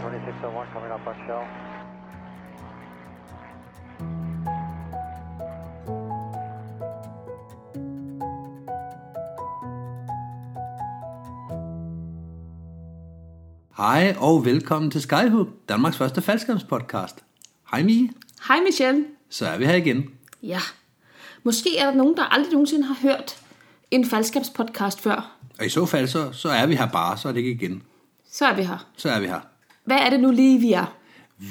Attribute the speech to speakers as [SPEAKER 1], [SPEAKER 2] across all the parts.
[SPEAKER 1] 2601 coming up on shell.
[SPEAKER 2] Hej og velkommen til Skyhook, Danmarks første faldskærmspodcast. Hej Mie,
[SPEAKER 3] Hej Michelle.
[SPEAKER 2] så er vi her igen.
[SPEAKER 3] Ja. Måske er der nogen, der aldrig nogensinde har hørt en faldskabspodcast før.
[SPEAKER 2] Og i så fald, så, så er vi her bare, så er det ikke igen.
[SPEAKER 3] Så er vi her.
[SPEAKER 2] Så er vi her.
[SPEAKER 3] Hvad er det nu lige, vi er?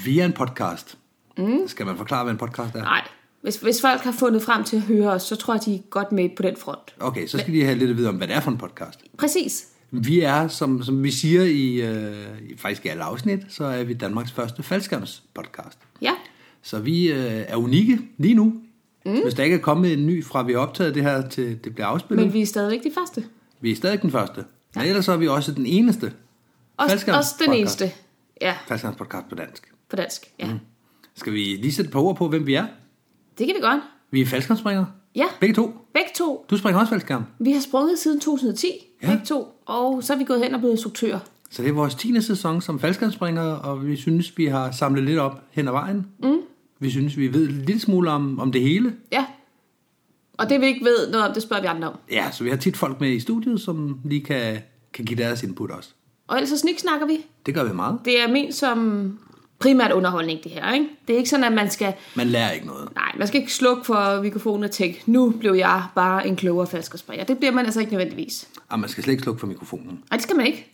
[SPEAKER 2] Vi er en podcast. Mm. Skal man forklare, hvad en podcast er?
[SPEAKER 3] Nej. Hvis, hvis folk har fundet frem til at høre os, så tror jeg, de er godt med på den front.
[SPEAKER 2] Okay, så skal de have lidt at vide om, hvad det er for en podcast.
[SPEAKER 3] Præcis.
[SPEAKER 2] Vi er, som, som vi siger i, øh, i faktisk i alle afsnit, så er vi Danmarks første faldskærmspodcast.
[SPEAKER 3] Ja.
[SPEAKER 2] Så vi øh, er unikke lige nu. Mm. Hvis der ikke er kommet en ny fra, vi har optaget det her, til det bliver afspillet.
[SPEAKER 3] Men vi er stadigvæk de første.
[SPEAKER 2] Vi er stadig den første. Men ellers så er vi også den eneste.
[SPEAKER 3] Også,
[SPEAKER 2] faldskærms-
[SPEAKER 3] også den
[SPEAKER 2] podcast.
[SPEAKER 3] eneste. Ja,
[SPEAKER 2] Faldskærmspodcast på dansk.
[SPEAKER 3] på dansk. Ja. Mm.
[SPEAKER 2] Skal vi lige sætte et par ord på, hvem vi er?
[SPEAKER 3] Det kan vi godt.
[SPEAKER 2] Vi er faldskærmspringere.
[SPEAKER 3] Ja.
[SPEAKER 2] Begge to.
[SPEAKER 3] Begge to.
[SPEAKER 2] Du springer også faldskærm.
[SPEAKER 3] Vi har sprunget siden 2010.
[SPEAKER 2] Ja.
[SPEAKER 3] Begge to. Og så er vi gået hen og blevet instruktører.
[SPEAKER 2] Så det er vores 10. sæson som faldskærmspringere, og vi synes, vi har samlet lidt op hen ad vejen. Mm. Vi synes, vi ved lidt smule om, om det hele.
[SPEAKER 3] Ja. Og det vi ikke ved noget om, det spørger vi andre om.
[SPEAKER 2] Ja, så vi har tit folk med i studiet, som lige kan, kan give deres input også.
[SPEAKER 3] Og ellers så sniksnakker vi.
[SPEAKER 2] Det gør vi meget.
[SPEAKER 3] Det er ment som primært underholdning, det her. Ikke? Det er ikke sådan, at man skal...
[SPEAKER 2] Man lærer ikke noget.
[SPEAKER 3] Nej, man skal ikke slukke for mikrofonen og tænke, nu blev jeg bare en klogere falskerspringer. Det bliver man altså ikke nødvendigvis.
[SPEAKER 2] Og Ah, man skal slet ikke slukke for mikrofonen.
[SPEAKER 3] Og det skal man ikke.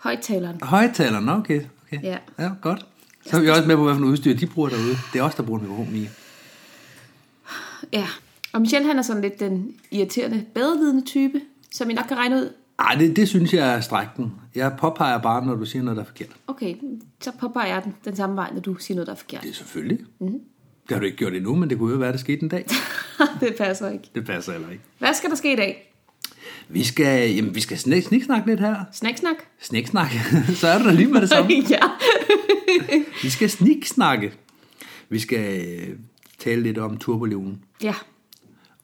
[SPEAKER 3] Højtaleren.
[SPEAKER 2] Højtaleren, nå, okay. okay.
[SPEAKER 3] Ja.
[SPEAKER 2] ja, godt. Så er vi også med på, hvad for noget udstyr de bruger derude. Det er os, der bruger en mikrofon i.
[SPEAKER 3] Ja. Og Michel, han er sådan lidt den irriterende, bedrevidende type, som I nok kan regne ud.
[SPEAKER 2] Ej, det, det synes jeg er strækken. Jeg påpeger bare, når du siger noget, der er forkert.
[SPEAKER 3] Okay, så påpeger jeg den, den samme vej, når du siger noget, der er forkert.
[SPEAKER 2] Det er selvfølgelig. Mm. Det har du ikke gjort endnu, men det kunne jo være, det skete en dag.
[SPEAKER 3] det passer ikke.
[SPEAKER 2] Det passer heller ikke.
[SPEAKER 3] Hvad skal der ske i dag?
[SPEAKER 2] Vi skal, jamen, vi skal snik, sniksnakke lidt her.
[SPEAKER 3] Snaksnak?
[SPEAKER 2] Sniksnak. Så er du der lige med det samme.
[SPEAKER 3] ja.
[SPEAKER 2] Vi skal sniksnakke. Vi skal øh, tale lidt om turboliven.
[SPEAKER 3] ja.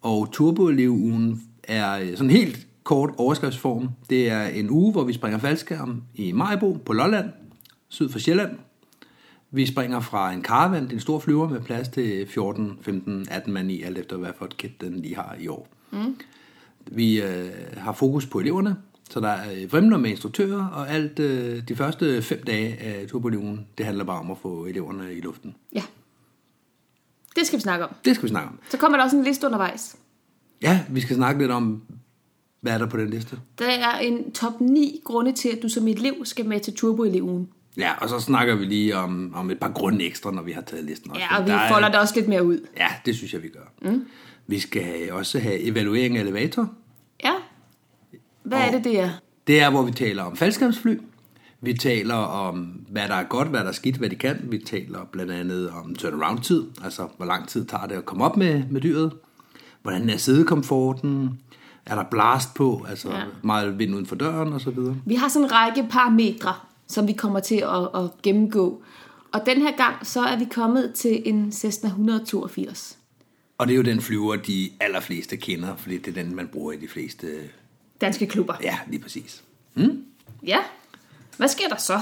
[SPEAKER 2] Og turboliven er øh, sådan helt kort overskriftsform. Det er en uge, hvor vi springer faldskærm i Majbo på Lolland, syd for Sjælland. Vi springer fra en karavan, det er en stor flyver med plads til 14, 15, 18 mand i, alt efter hvad for et kit den lige har i år. Mm. Vi øh, har fokus på eleverne, så der er øh, vrimler med instruktører, og alt øh, de første fem dage af turboliven, det handler bare om at få eleverne i luften.
[SPEAKER 3] Ja. Det skal vi snakke om.
[SPEAKER 2] Det skal vi snakke om.
[SPEAKER 3] Så kommer der også en liste undervejs.
[SPEAKER 2] Ja, vi skal snakke lidt om, hvad er der på den liste?
[SPEAKER 3] Der er en top 9 grunde til, at du som elev skal med til Turbo i ugen.
[SPEAKER 2] Ja, og så snakker vi lige om, om et par grunde ekstra, når vi har taget listen også.
[SPEAKER 3] Ja, og vi
[SPEAKER 2] Der er-
[SPEAKER 3] folder det også lidt mere ud.
[SPEAKER 2] Ja, det synes jeg, vi gør. Mm. Vi skal også have evaluering af elevator.
[SPEAKER 3] Ja. Hvad er det, det er?
[SPEAKER 2] Det er, hvor vi taler om faldskærmsfly. Vi taler om, hvad der er godt, hvad der er skidt, hvad de kan. Vi taler blandt andet om turnaround-tid, altså hvor lang tid tager det at komme op med, med dyret. Hvordan er sidekomforten? Er der blast på? Altså ja.
[SPEAKER 3] Ja.
[SPEAKER 2] meget vind uden for døren og så videre.
[SPEAKER 3] Vi har sådan en række parametre, som vi kommer til at, at gennemgå. Og den her gang, så er vi kommet til en Cessna 182.
[SPEAKER 2] Og det er jo den flyver, de allerfleste kender, fordi det er den, man bruger i de fleste...
[SPEAKER 3] Danske klubber.
[SPEAKER 2] Ja, lige præcis.
[SPEAKER 3] Ja. Hvad sker der så?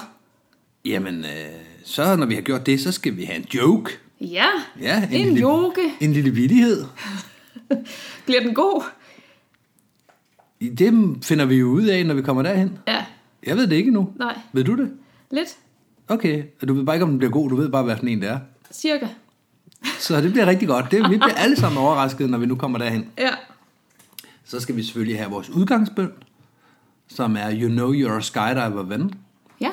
[SPEAKER 2] Jamen, øh, så når vi har gjort det, så skal vi have en joke.
[SPEAKER 3] Ja.
[SPEAKER 2] Ja,
[SPEAKER 3] en, en joke.
[SPEAKER 2] En lille vittighed.
[SPEAKER 3] Bliver den god?
[SPEAKER 2] I Det finder vi jo ud af, når vi kommer derhen.
[SPEAKER 3] Ja.
[SPEAKER 2] Jeg ved det ikke nu.
[SPEAKER 3] Nej.
[SPEAKER 2] Ved du det?
[SPEAKER 3] Lidt.
[SPEAKER 2] Okay, og du ved bare ikke, om den bliver god. Du ved bare, hvad for en det er.
[SPEAKER 3] Cirka.
[SPEAKER 2] Så det bliver rigtig godt. Det, vi bliver alle sammen overrasket, når vi nu kommer derhen.
[SPEAKER 3] Ja.
[SPEAKER 2] Så skal vi selvfølgelig have vores udgangsbøn, som er You know you're a skydiver ven.
[SPEAKER 3] Ja.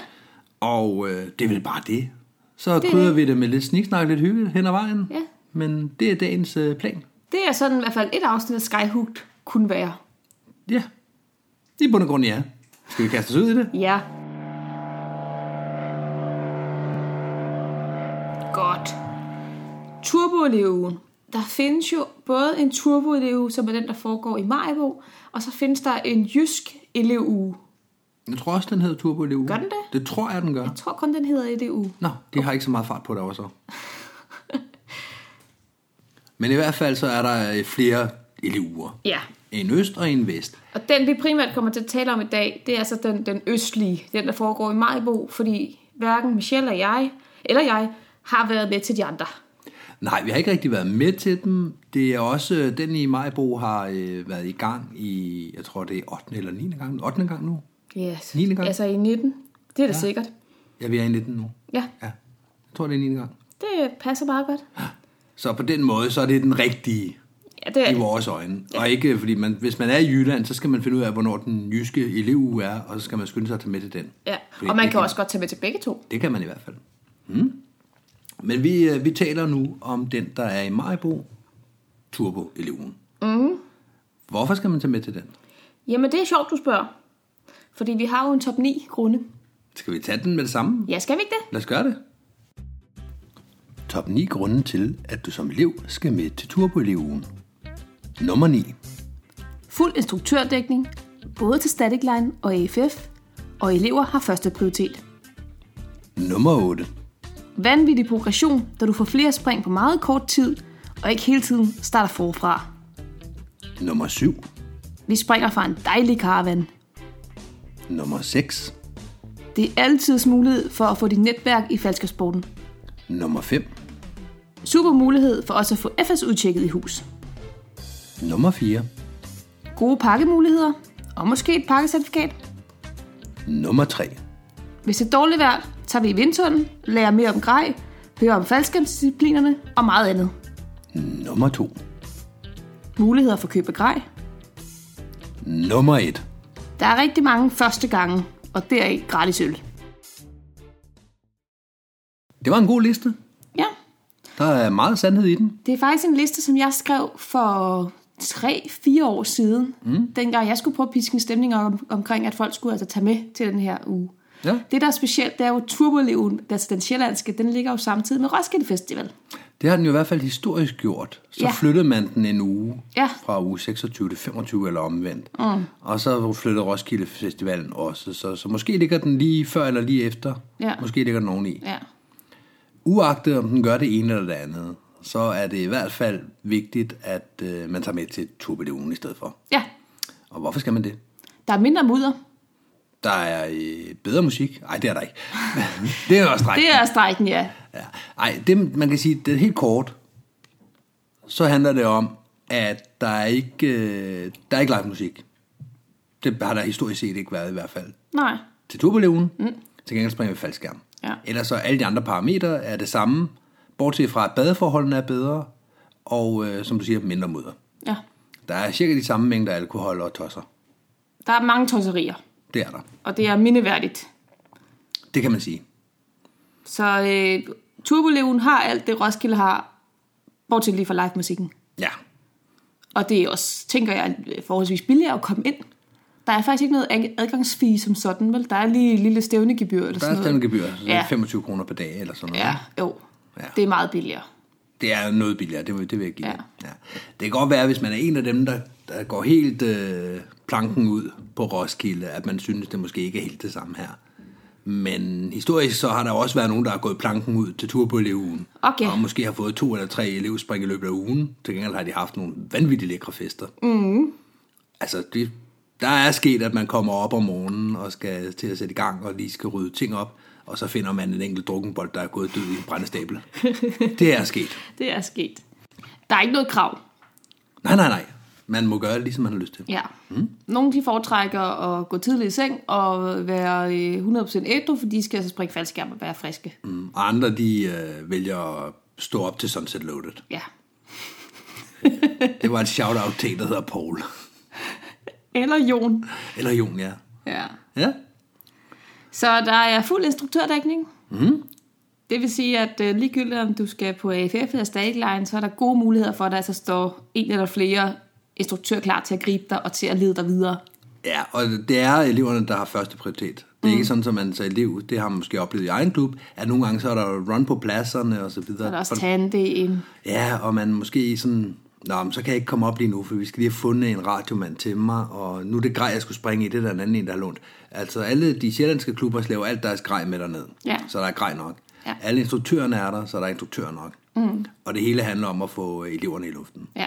[SPEAKER 2] Og øh, det er vel bare det. Så
[SPEAKER 3] Det er
[SPEAKER 2] krydder
[SPEAKER 3] det.
[SPEAKER 2] vi det med lidt sniksnak, lidt hygge hen ad vejen.
[SPEAKER 3] Ja.
[SPEAKER 2] Men det er dagens øh, plan.
[SPEAKER 3] Det er sådan i hvert fald et afsnit af Skyhooked kunne være.
[SPEAKER 2] Ja, i bund og grund ja. Skal vi kaste os ud i det?
[SPEAKER 3] Ja. Godt. Turboeleven. Der findes jo både en turboelev, som er den, der foregår i Majbo, og så findes der en jysk elevuge.
[SPEAKER 2] Jeg tror også, den hedder Turbo LU.
[SPEAKER 3] Gør den det?
[SPEAKER 2] Det tror jeg, den gør.
[SPEAKER 3] Jeg tror kun, den hedder EDU.
[SPEAKER 2] Nå, de har ikke så meget fart på derovre så. Men i hvert fald så er der øh, flere elever.
[SPEAKER 3] Ja.
[SPEAKER 2] en øst og en vest.
[SPEAKER 3] Og den, vi primært kommer til at tale om i dag, det er altså den, den østlige, den der foregår i Majbo, fordi hverken Michelle og jeg, eller jeg, har været med til de andre.
[SPEAKER 2] Nej, vi har ikke rigtig været med til dem. Det er også, øh, den i Majbo har øh, været i gang i, jeg tror det er 8. eller 9. gang, 8. gang nu.
[SPEAKER 3] Yes.
[SPEAKER 2] Niende gang.
[SPEAKER 3] Altså i 19. Det er det ja. sikkert.
[SPEAKER 2] Ja, vi er i 19 nu.
[SPEAKER 3] Ja,
[SPEAKER 2] Ja, jeg tror det er 9. gang.
[SPEAKER 3] det passer meget godt.
[SPEAKER 2] Så på den måde, så er det den rigtige
[SPEAKER 3] Ja, det er
[SPEAKER 2] i
[SPEAKER 3] det.
[SPEAKER 2] vores øjne. Og ikke, fordi man, hvis man er i Jylland, så skal man finde ud af, hvornår den jyske elevuge er, og så skal man skynde sig at tage med til den.
[SPEAKER 3] Ja.
[SPEAKER 2] Fordi
[SPEAKER 3] Og man
[SPEAKER 2] det
[SPEAKER 3] kan også godt tage med til begge to.
[SPEAKER 2] Det kan man i hvert fald. Mm. Men vi, øh, vi taler nu om den, der er i Majbo, Turbo-eleven. Mm.
[SPEAKER 3] Mhm.
[SPEAKER 2] Hvorfor skal man tage med til den?
[SPEAKER 3] Jamen, det er sjovt, du spørger. Fordi vi har jo en top 9 grunde.
[SPEAKER 2] Skal vi tage den med det samme?
[SPEAKER 3] Ja, skal vi ikke det?
[SPEAKER 2] Lad os gøre det. Top 9 grunde til, at du som elev skal med til Turbo-eleven. Nummer 9.
[SPEAKER 3] Fuld instruktørdækning, både til Static Line og AFF, og elever har første prioritet.
[SPEAKER 2] Nummer 8.
[SPEAKER 3] Vanvittig progression, da du får flere spring på meget kort tid, og ikke hele tiden starter forfra.
[SPEAKER 2] Nummer 7.
[SPEAKER 3] Vi springer fra en dejlig karavan.
[SPEAKER 2] Nummer 6.
[SPEAKER 3] Det er altid mulighed for at få dit netværk i falskersporten.
[SPEAKER 2] Nummer 5.
[SPEAKER 3] Super mulighed for også at få FS udtjekket i hus.
[SPEAKER 2] Nummer 4.
[SPEAKER 3] Gode pakkemuligheder, og måske et pakkecertifikat.
[SPEAKER 2] Nummer 3.
[SPEAKER 3] Hvis det er dårligt vejr, tager vi i vindtunnel, lærer mere om grej, hører om faldskærmsdisciplinerne og meget andet.
[SPEAKER 2] Nummer 2.
[SPEAKER 3] Muligheder for køb af grej.
[SPEAKER 2] Nummer 1.
[SPEAKER 3] Der er rigtig mange første gange, og deraf gratis øl.
[SPEAKER 2] Det var en god liste.
[SPEAKER 3] Ja,
[SPEAKER 2] Der er meget sandhed i den.
[SPEAKER 3] det er faktisk en liste, som jeg skrev for 3-4 år siden, mm. dengang jeg skulle prøve at piske en stemning om, omkring, at folk skulle altså tage med til den her uge.
[SPEAKER 2] Ja.
[SPEAKER 3] Det, der er specielt, det er jo Turboleven, altså den sjællandske, den ligger jo samtidig med Roskilde Festival.
[SPEAKER 2] Det har den jo i hvert fald historisk gjort. Så
[SPEAKER 3] Ja.
[SPEAKER 2] flyttede man den en uge
[SPEAKER 3] Ja.
[SPEAKER 2] fra uge 26 til 25 eller omvendt. Mm. Og så flyttede Roskilde Festivalen også. Så, så måske ligger den lige før eller lige efter.
[SPEAKER 3] Ja.
[SPEAKER 2] Måske ligger den oveni.
[SPEAKER 3] Ja.
[SPEAKER 2] Uagtet om den gør det ene eller det andet, så er det i hvert fald vigtigt, at øh, man tager med til Turbeleon i stedet for.
[SPEAKER 3] ja,
[SPEAKER 2] Og hvorfor skal man det?
[SPEAKER 3] der er mindre mudder.
[SPEAKER 2] Der er øh, bedre musik. Nej, det er der ikke. det er også
[SPEAKER 3] Det
[SPEAKER 2] drægt.
[SPEAKER 3] er strejken, ja.
[SPEAKER 2] Ja. Ej, det, man kan sige, det er helt kort. Så handler det om, at der er ikke, øh, der er ikke live musik. Det har der historisk set ikke været i hvert fald.
[SPEAKER 3] Nej.
[SPEAKER 2] Til turboleven, mm. til gengæld springer vi faldskærm.
[SPEAKER 3] Ja.
[SPEAKER 2] Ellers så er alle de andre parametre er det samme, bortset fra, at badeforholdene er bedre, og øh, som du siger, mindre mudder.
[SPEAKER 3] Ja.
[SPEAKER 2] Der er cirka de samme mængder alkohol og tosser.
[SPEAKER 3] Der er mange tosserier,
[SPEAKER 2] Det er der.
[SPEAKER 3] og det er mindeværdigt.
[SPEAKER 2] Det kan man sige.
[SPEAKER 3] Så øh, Turboleven har alt det, Roskilde har, bortset lige fra live-musikken.
[SPEAKER 2] Ja.
[SPEAKER 3] Og det er også, tænker jeg, forholdsvis billigere at komme ind. Der er faktisk ikke noget ad- adgangsfee som sådan, vel? Der er lige et lille stævnegebyr eller
[SPEAKER 2] Der er
[SPEAKER 3] sådan
[SPEAKER 2] stadig
[SPEAKER 3] noget.
[SPEAKER 2] en gebyr, så det
[SPEAKER 3] Ja.
[SPEAKER 2] er 25 altså kroner per dag eller sådan noget.
[SPEAKER 3] Ja, jo.
[SPEAKER 2] Ja.
[SPEAKER 3] Det er meget billigere.
[SPEAKER 2] Det er noget billigere, det vil, det vil jeg give.
[SPEAKER 3] Ja.
[SPEAKER 2] Ja. Ja. Det kan godt være, hvis man er en af dem, der, der går helt øh, planken ud på Roskilde, at man synes, det måske ikke er helt det samme her. Men historisk så har der også været nogen, der har gået planken ud til tur på elevugen.
[SPEAKER 3] Okay.
[SPEAKER 2] Og måske har fået to eller tre elevspring i løbet af ugen. Til gengæld har de haft nogle vanvittigt lækre fester. Mm.
[SPEAKER 3] Mm-hmm.
[SPEAKER 2] Altså, det, der er sket, at man kommer op om morgenen og skal til at sætte i gang og lige skal rydde ting op. Og så finder man en enkelt drukkenbold, der er gået død i en brændestabel. det er sket.
[SPEAKER 3] Det er sket. Der er ikke noget krav.
[SPEAKER 2] Nej, nej, nej. Man må gøre det, ligesom man har lyst til.
[SPEAKER 3] Ja. Mm. Nogle de foretrækker at gå tidligt i seng og være øh, 100% ædru, for de skal altså springe faldskærm og være friske. Mm.
[SPEAKER 2] Mm. Og andre, de øh, vælger at stå op til Sunset Loaded.
[SPEAKER 3] Ja.
[SPEAKER 2] Det var et shout-out til en, der hedder Paul.
[SPEAKER 3] Eller Jon.
[SPEAKER 2] Eller Jon, ja.
[SPEAKER 3] Ja.
[SPEAKER 2] Ja,
[SPEAKER 3] Så der er fuld instruktørdækning. Mm.
[SPEAKER 2] Mhm.
[SPEAKER 3] Det vil sige, at øh, ligegyldigt om du skal på AFF eller Static Line, så er der gode muligheder for, at der altså står en eller flere instruktører klar til at gribe dig og til at lede dig videre.
[SPEAKER 2] Ja, og det er eleverne, der har første prioritet. Det er mm. ikke sådan, som man så elev, det har man måske oplevet i egen klub, at nogle gange så er der run på pladserne og så
[SPEAKER 3] Og der er
[SPEAKER 2] videre.
[SPEAKER 3] også tandem.
[SPEAKER 2] ja, og man måske sådan, Nå, men så kan jeg ikke komme op lige nu, for vi skal lige have fundet en radiomand til mig, og nu er det grej, jeg skulle springe i, det er der en anden en, der har lånt. Altså alle de sjællandske klubber laver alt deres grej med derned,
[SPEAKER 3] Ja.
[SPEAKER 2] så der er grej nok.
[SPEAKER 3] Ja.
[SPEAKER 2] Alle instruktørerne er der, så der er instruktører nok. Mm. Og det hele handler om at få eleverne i luften.
[SPEAKER 3] Ja.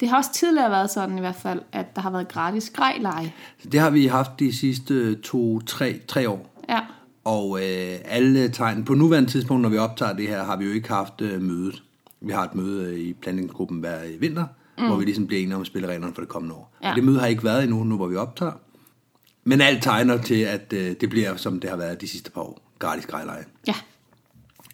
[SPEAKER 3] Det har også tidligere været sådan i hvert fald, at der har været gratis grejleje.
[SPEAKER 2] Det har vi haft de sidste to, tre, tre år.
[SPEAKER 3] Ja.
[SPEAKER 2] Og øh, alle tegn, på nuværende tidspunkt, når vi optager det her, har vi jo ikke haft øh, mødet. Vi har et møde øh, i planlægningsgruppen hver øh, vinter, mm. hvor vi ligesom bliver enige om spillereglerne for det kommende år.
[SPEAKER 3] Ja.
[SPEAKER 2] Og det møde har ikke været endnu, nu hvor vi optager. Men alt tegner til, at øh, det bliver, som det har været de sidste par år. Gratis grejleje.
[SPEAKER 3] Ja.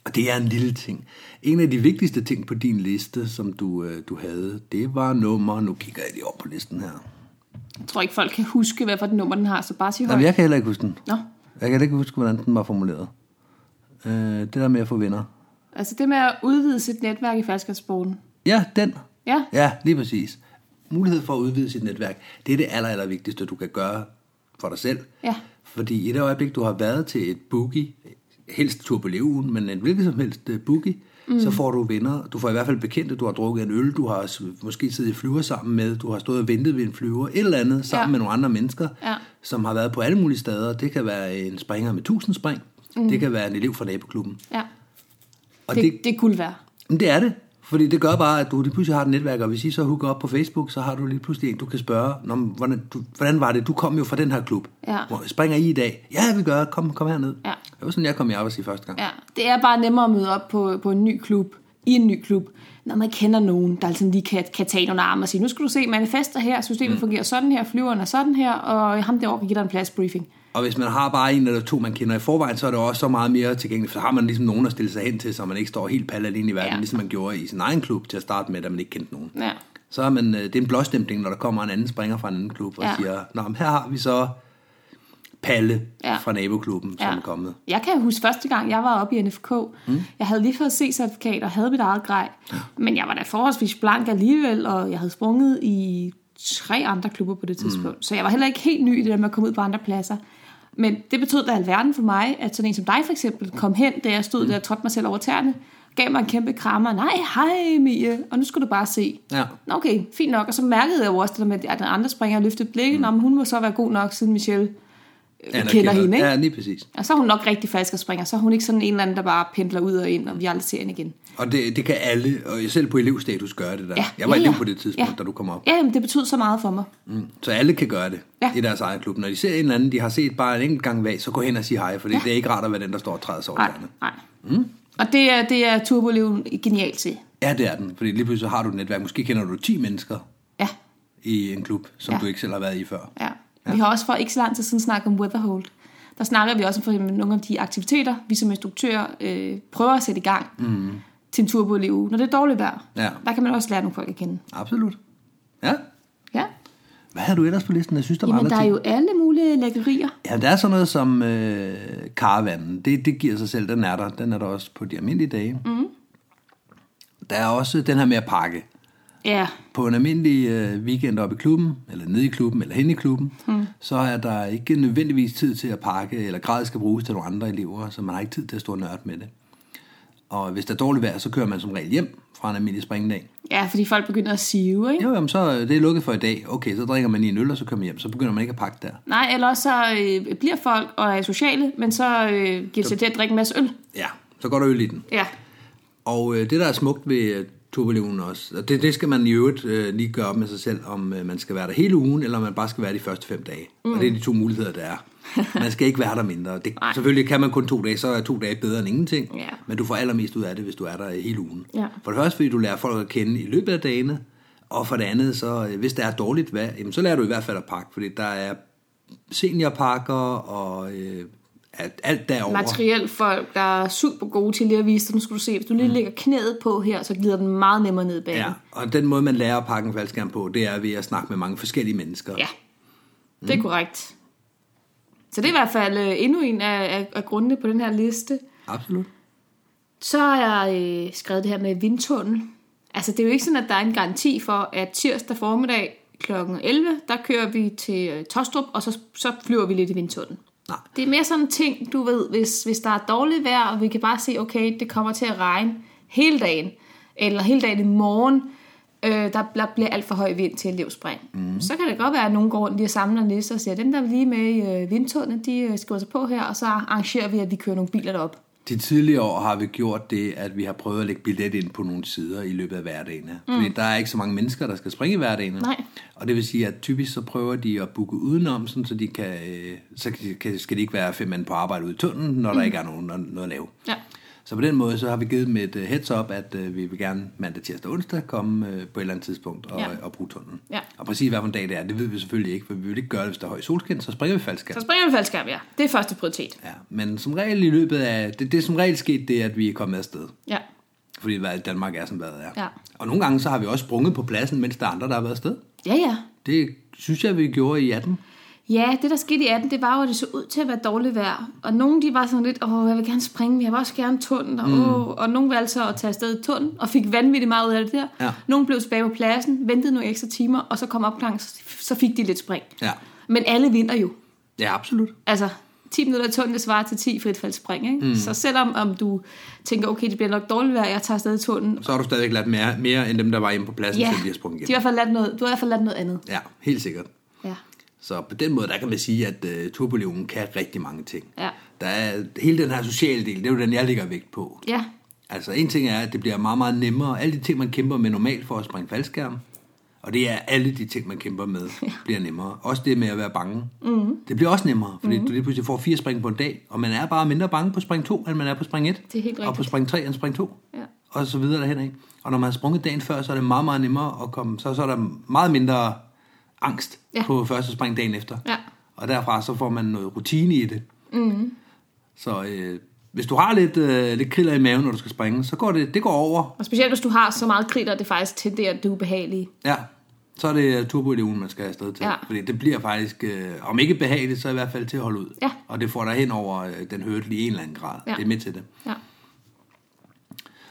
[SPEAKER 2] Og det er en lille ting. En af de vigtigste ting på din liste, som du, øh, du havde, det var nummer... Nu kigger jeg lige over på listen her.
[SPEAKER 3] Jeg tror ikke, folk kan huske, hvad for et nummer den har, så bare sig højt.
[SPEAKER 2] Jamen, jeg kan heller ikke huske den.
[SPEAKER 3] Nå.
[SPEAKER 2] Jeg kan ikke huske, hvordan den var formuleret. Øh, det der med at få venner.
[SPEAKER 3] Altså det med at udvide sit netværk i falskersporten.
[SPEAKER 2] Ja, den.
[SPEAKER 3] Ja.
[SPEAKER 2] Ja, lige præcis. Mulighed for at udvide sit netværk, det er det aller, aller vigtigste, du kan gøre for dig selv.
[SPEAKER 3] Ja.
[SPEAKER 2] Fordi i det øjeblik, du har været til et boogie, helst tur på leugen, men en hvilket som helst øh, boogie, mm. så får du venner. Du får i hvert fald bekendte, du har drukket en øl, du har s- måske siddet i flyver sammen med, du har stået og ventet ved en flyver, et eller andet, sammen
[SPEAKER 3] Ja.
[SPEAKER 2] ja. med nogle andre mennesker,
[SPEAKER 3] Ja.
[SPEAKER 2] som har været på alle mulige steder. Det kan være en springer med tusind spring, mm. det kan være en elev fra naboklubben.
[SPEAKER 3] Ja.
[SPEAKER 2] Og
[SPEAKER 3] Det, det, det kunne være.
[SPEAKER 2] men det er det. Fordi det gør bare, at du lige pludselig har et netværk, og hvis I så hooker op på Facebook, så har du lige pludselig en, du kan spørge, Nå, men hvordan, du, hvordan var det? Du kom jo fra den her klub.
[SPEAKER 3] Ja.
[SPEAKER 2] Hvor springer I i dag? Ja, vi gør. Kom, kom herned.
[SPEAKER 3] Ja.
[SPEAKER 2] Det var sådan, jeg kom i arbejde i første gang.
[SPEAKER 3] Ja. Det er bare nemmere at møde op på, på en ny klub, i en ny klub, når man kender nogen, der ligesom lige kan, kan tage nogle arme og sige, nu skal du se, manifester her, systemet mm. fungerer sådan her, flyveren er sådan her, og ham derovre kan give dig en pladsbriefing.
[SPEAKER 2] Og hvis man har bare en eller to, man kender i forvejen, så er det også så meget mere tilgængeligt, for så har man ligesom nogen at stille sig hen til, så man ikke står helt palle alene i verden,
[SPEAKER 3] Ja.
[SPEAKER 2] ja. ligesom man gjorde i sin egen klub til at starte med, da man ikke kendte nogen.
[SPEAKER 3] Ja.
[SPEAKER 2] Så er man, øh, det er en blåstempling, når der kommer en anden springer fra en anden klub og
[SPEAKER 3] Ja.
[SPEAKER 2] ja. siger, Nå, men her har vi så Palle
[SPEAKER 3] Ja.
[SPEAKER 2] ja. fra naboklubben, som
[SPEAKER 3] Ja.
[SPEAKER 2] er kommet.
[SPEAKER 3] Jeg kan huske første gang, jeg var oppe i NFK. Mm. Jeg havde lige fået C-certifikat og havde mit eget grej. Men jeg var da forholdsvis blank alligevel, og jeg havde sprunget i tre andre klubber på det tidspunkt. Mm. Så jeg var heller ikke helt ny i det der med at komme ud på andre pladser. Men det betød da alverden for mig, at sådan en som dig for eksempel kom hen, da jeg
[SPEAKER 2] Mm.
[SPEAKER 3] stod der og trådte mig selv over tæerne, gav mig en kæmpe krammer. Nej, hej Mie, og nu skal du bare se.
[SPEAKER 2] Ja.
[SPEAKER 3] Nå, okay, fint nok. Og så mærkede jeg jo også det der med, at den andre springer løftede blikket, mm. om hun må så være god nok, siden Michelle øh, kender, kender hende. Ikke?
[SPEAKER 2] Ja, lige præcis.
[SPEAKER 3] Og så er hun nok rigtig frisk og springer. Så er hun ikke sådan en eller anden, der bare pendler ud og ind, og vi aldrig ser hende igen.
[SPEAKER 2] Og det, det kan alle, og selv på elevstatus gøre det der.
[SPEAKER 3] Ja,
[SPEAKER 2] jeg var
[SPEAKER 3] ja,
[SPEAKER 2] elev
[SPEAKER 3] ja.
[SPEAKER 2] på det tidspunkt,
[SPEAKER 3] Ja.
[SPEAKER 2] da du kom op.
[SPEAKER 3] Ja, jamen, det betød så meget for mig.
[SPEAKER 2] Mm. Så alle kan gøre det
[SPEAKER 3] Ja.
[SPEAKER 2] i deres egen klub. Når de ser en eller anden, de har set bare en enkelt gang væk, så gå hen og sige hej, for det er ikke rart at være den, der står og træder sig over
[SPEAKER 3] Nej,
[SPEAKER 2] hjernen.
[SPEAKER 3] nej. Mm. Og det er, det er turboleven genial til.
[SPEAKER 2] Ja, det er den, fordi lige pludselig så har du et netværk. Måske kender du 10 mennesker
[SPEAKER 3] Ja,
[SPEAKER 2] i en klub, som
[SPEAKER 3] Ja.
[SPEAKER 2] ja. du ikke selv har været i før.
[SPEAKER 3] ja. Vi har også for ikke så lang tid siden snakket om Weatherhold. Der snakker vi også om for eksempel nogle af de aktiviteter, vi som instruktører øh, prøver at sætte i gang mm. til en turboleve, når det er dårligt vejr.
[SPEAKER 2] Ja.
[SPEAKER 3] Der kan man også lære nogle folk at kende.
[SPEAKER 2] Absolut. Ja.
[SPEAKER 3] Ja.
[SPEAKER 2] Hvad har du ellers på listen? Jeg synes, der var
[SPEAKER 3] Jamen,
[SPEAKER 2] andre
[SPEAKER 3] der er
[SPEAKER 2] ting.
[SPEAKER 3] jo alle mulige lækkerier.
[SPEAKER 2] Ja, der er sådan noget som øh, karavanen. Det, det giver sig selv. Den er der. Den er der også på de almindelige dage. Mm. Der er også den her med at pakke.
[SPEAKER 3] Ja,
[SPEAKER 2] På en almindelig øh, weekend oppe i klubben, eller nede i klubben, eller hen i klubben, hmm. så er der ikke nødvendigvis tid til at pakke, eller grad skal bruges til nogle andre elever, så man har ikke tid til at stå og nørde med det. Og hvis der er dårligt vejr, så kører man som regel hjem fra en almindelig springdag.
[SPEAKER 3] ja fordi folk begynder at sive, ikke?
[SPEAKER 2] Jo, jamen, så øh, det er lukket for i dag. Okay, så drikker man lige en øl, og så kører man hjem. Så begynder man ikke at pakke der.
[SPEAKER 3] Nej, eller også så øh, bliver folk og er sociale, men så øh, giver sig til at drikke en masse øl.
[SPEAKER 2] Ja, så går der øl i den.
[SPEAKER 3] Ja.
[SPEAKER 2] Og øh, det, der er smukt ved øh, turboleven også, og det, det skal man i øvrigt øh, lige gøre op med sig selv, om øh, man skal være der hele ugen, eller om man bare skal være der de første fem dage. Mm. Og det er de to muligheder, der er. Man skal ikke være der mindre. Det,
[SPEAKER 3] Nej.
[SPEAKER 2] selvfølgelig kan man kun to dage, så er to dage bedre end ingenting.
[SPEAKER 3] Ja.
[SPEAKER 2] Men du får allermest ud af det, hvis du er der øh, hele ugen.
[SPEAKER 3] Ja.
[SPEAKER 2] For det første, fordi du lærer folk at kende i løbet af dagene, og for det andet, så øh, hvis der er dårligt vejr, jamen, så lærer du i hvert fald at pakke, fordi der er seniorpakker og øh, alt, alt derovre.
[SPEAKER 3] Materiel folk, der er super gode til lige at vise dig, nu skal du se, hvis du lige lægger knæet på her, så glider den meget nemmere ned bag.
[SPEAKER 2] Ja, og den måde, man lærer at pakke en faldskærm på, det er ved at snakke med mange forskellige mennesker.
[SPEAKER 3] ja. Det er korrekt. Så det er i hvert fald øh, endnu en af, af, af grundene på den her liste.
[SPEAKER 2] Absolut.
[SPEAKER 3] Så har jeg øh, skrevet det her med vindtunnel. Altså, det er jo ikke sådan, at der er en garanti for, at tirsdag formiddag kl. 11, der kører vi til øh, Tostrup, og så, så flyver vi lidt i vindtunnelen.
[SPEAKER 2] Nej.
[SPEAKER 3] Det er mere sådan en ting, du ved, hvis, hvis der er dårligt vejr, og vi kan bare se, okay, det kommer til at regne hele dagen, eller hele dagen i morgen, øh, der bl- bliver alt for høj vind til elevspring. Mm. Så kan det godt være, at nogen går rundt lige og samler en liste og siger, dem der er lige med i øh, vindtunnelen, de øh, skriver sig på her, og så arrangerer vi, at vi kører nogle biler derop.
[SPEAKER 2] De tidligere år har vi gjort det, at vi har prøvet at lægge billet ind på nogle sider i løbet af hverdagen. Mm. Fordi der er ikke så mange mennesker, der skal springe i hverdagen.
[SPEAKER 3] Nej.
[SPEAKER 2] Og det vil sige, at typisk så prøver de at booke udenom, sådan, så, de kan, øh, så kan- kan, skal de ikke være fem mand på arbejde ude i tunnelen, når mm. der ikke er nogen, der- noget at lave.
[SPEAKER 3] Ja.
[SPEAKER 2] Så på den måde så har vi givet dem et øh, heads up, at øh, vi vil gerne mandag, tirsdag og onsdag komme øh, på et eller andet tidspunkt og, øh,
[SPEAKER 3] Ja.
[SPEAKER 2] og bruge tunnelen.
[SPEAKER 3] Ja.
[SPEAKER 2] Og præcis hvilken dag det er, det ved vi selvfølgelig ikke, for vi vil ikke gøre det, hvis der er høj solskin, så springer vi falsk.
[SPEAKER 3] Så springer vi faldskærm, ja. Det er første prioritet.
[SPEAKER 2] Ja, men som regel i løbet af... Det, det er som regel sket det, at vi er kommet afsted.
[SPEAKER 3] Ja.
[SPEAKER 2] Fordi hvad- Danmark er, som hvad det er.
[SPEAKER 3] Ja.
[SPEAKER 2] Og nogle gange så har vi også sprunget på pladsen, mens der er andre, der har været afsted.
[SPEAKER 3] Ja, ja.
[SPEAKER 2] Det synes jeg, vi gjorde i 18.
[SPEAKER 3] Ja, det der skete i 18, det var jo, at det så ud til at være dårligt vejr. Og nogle de var sådan lidt, åh, jeg vil gerne springe, men jeg vil også gerne tunnel. Og, mm. åh, og nogle valgte så at tage afsted i tunnel, og fik vanvittigt meget ud af det der.
[SPEAKER 2] Ja.
[SPEAKER 3] Nogle blev tilbage på pladsen, ventede nogle ekstra timer, og så kom op klokken, så- så fik de lidt spring.
[SPEAKER 2] Ja,
[SPEAKER 3] Men alle vinder jo.
[SPEAKER 2] ja absolut.
[SPEAKER 3] Altså, 10 minutter i tunnel, det svarer til 10 fritfaldsspring, ikke? Mm. Så selvom om du tænker, okay, det bliver nok dårligt vejr, jeg tager afsted i tunnelen.
[SPEAKER 2] Så har du stadigvæk lært mere, mere end dem, der var hjemme på pladsen,
[SPEAKER 3] Ja,
[SPEAKER 2] yeah. som vi har sprunget
[SPEAKER 3] de har i
[SPEAKER 2] igennem.
[SPEAKER 3] hvert fald lært noget, du har i hvert fald lært noget andet.
[SPEAKER 2] Ja, helt sikkert.
[SPEAKER 3] Ja.
[SPEAKER 2] Så på den måde, der kan man sige, at uh, turboleven kan rigtig mange ting.
[SPEAKER 3] Ja.
[SPEAKER 2] Der er hele den her sociale del, det er jo den, jeg lægger vægt på.
[SPEAKER 3] Ja,
[SPEAKER 2] Altså en ting er, at det bliver meget, meget nemmere. Alle de ting, man kæmper med normalt for at springe faldskærm, og det er alle de ting, man kæmper med, bliver nemmere. Også det med at være bange.
[SPEAKER 3] Mhm.
[SPEAKER 2] Mm. Det bliver også nemmere, fordi mm. du lige pludselig får fire spring på en dag, og man er bare mindre bange på spring 2, end man er på spring 1.
[SPEAKER 3] Det er helt
[SPEAKER 2] Og på
[SPEAKER 3] rigtigt.
[SPEAKER 2] spring 3 end spring 2.
[SPEAKER 3] Ja.
[SPEAKER 2] Og så videre derhen, ikke? Og når man har sprunget dagen før, så er det meget, meget nemmere at komme. Så, så er der meget mindre angst
[SPEAKER 3] Ja.
[SPEAKER 2] på første spring dagen efter.
[SPEAKER 3] Ja. Mm.
[SPEAKER 2] Og derfra så får man noget rutine i det. Så øh, hvis du har lidt, øh, lidt kriller i maven, når du skal springe, så går det, det går over.
[SPEAKER 3] og specielt hvis du har så meget kridt, at det faktisk tenderer, at det er ubehageligt.
[SPEAKER 2] Ja, så er det øh, turboeleven, man skal afsted til.
[SPEAKER 3] Ja.
[SPEAKER 2] Fordi det bliver faktisk, øh, om ikke behageligt, så i hvert fald til at holde ud.
[SPEAKER 3] Ja.
[SPEAKER 2] Og det får dig hen over øh, den hørte i en eller anden grad.
[SPEAKER 3] Ja.
[SPEAKER 2] Det er med til det.
[SPEAKER 3] Ja.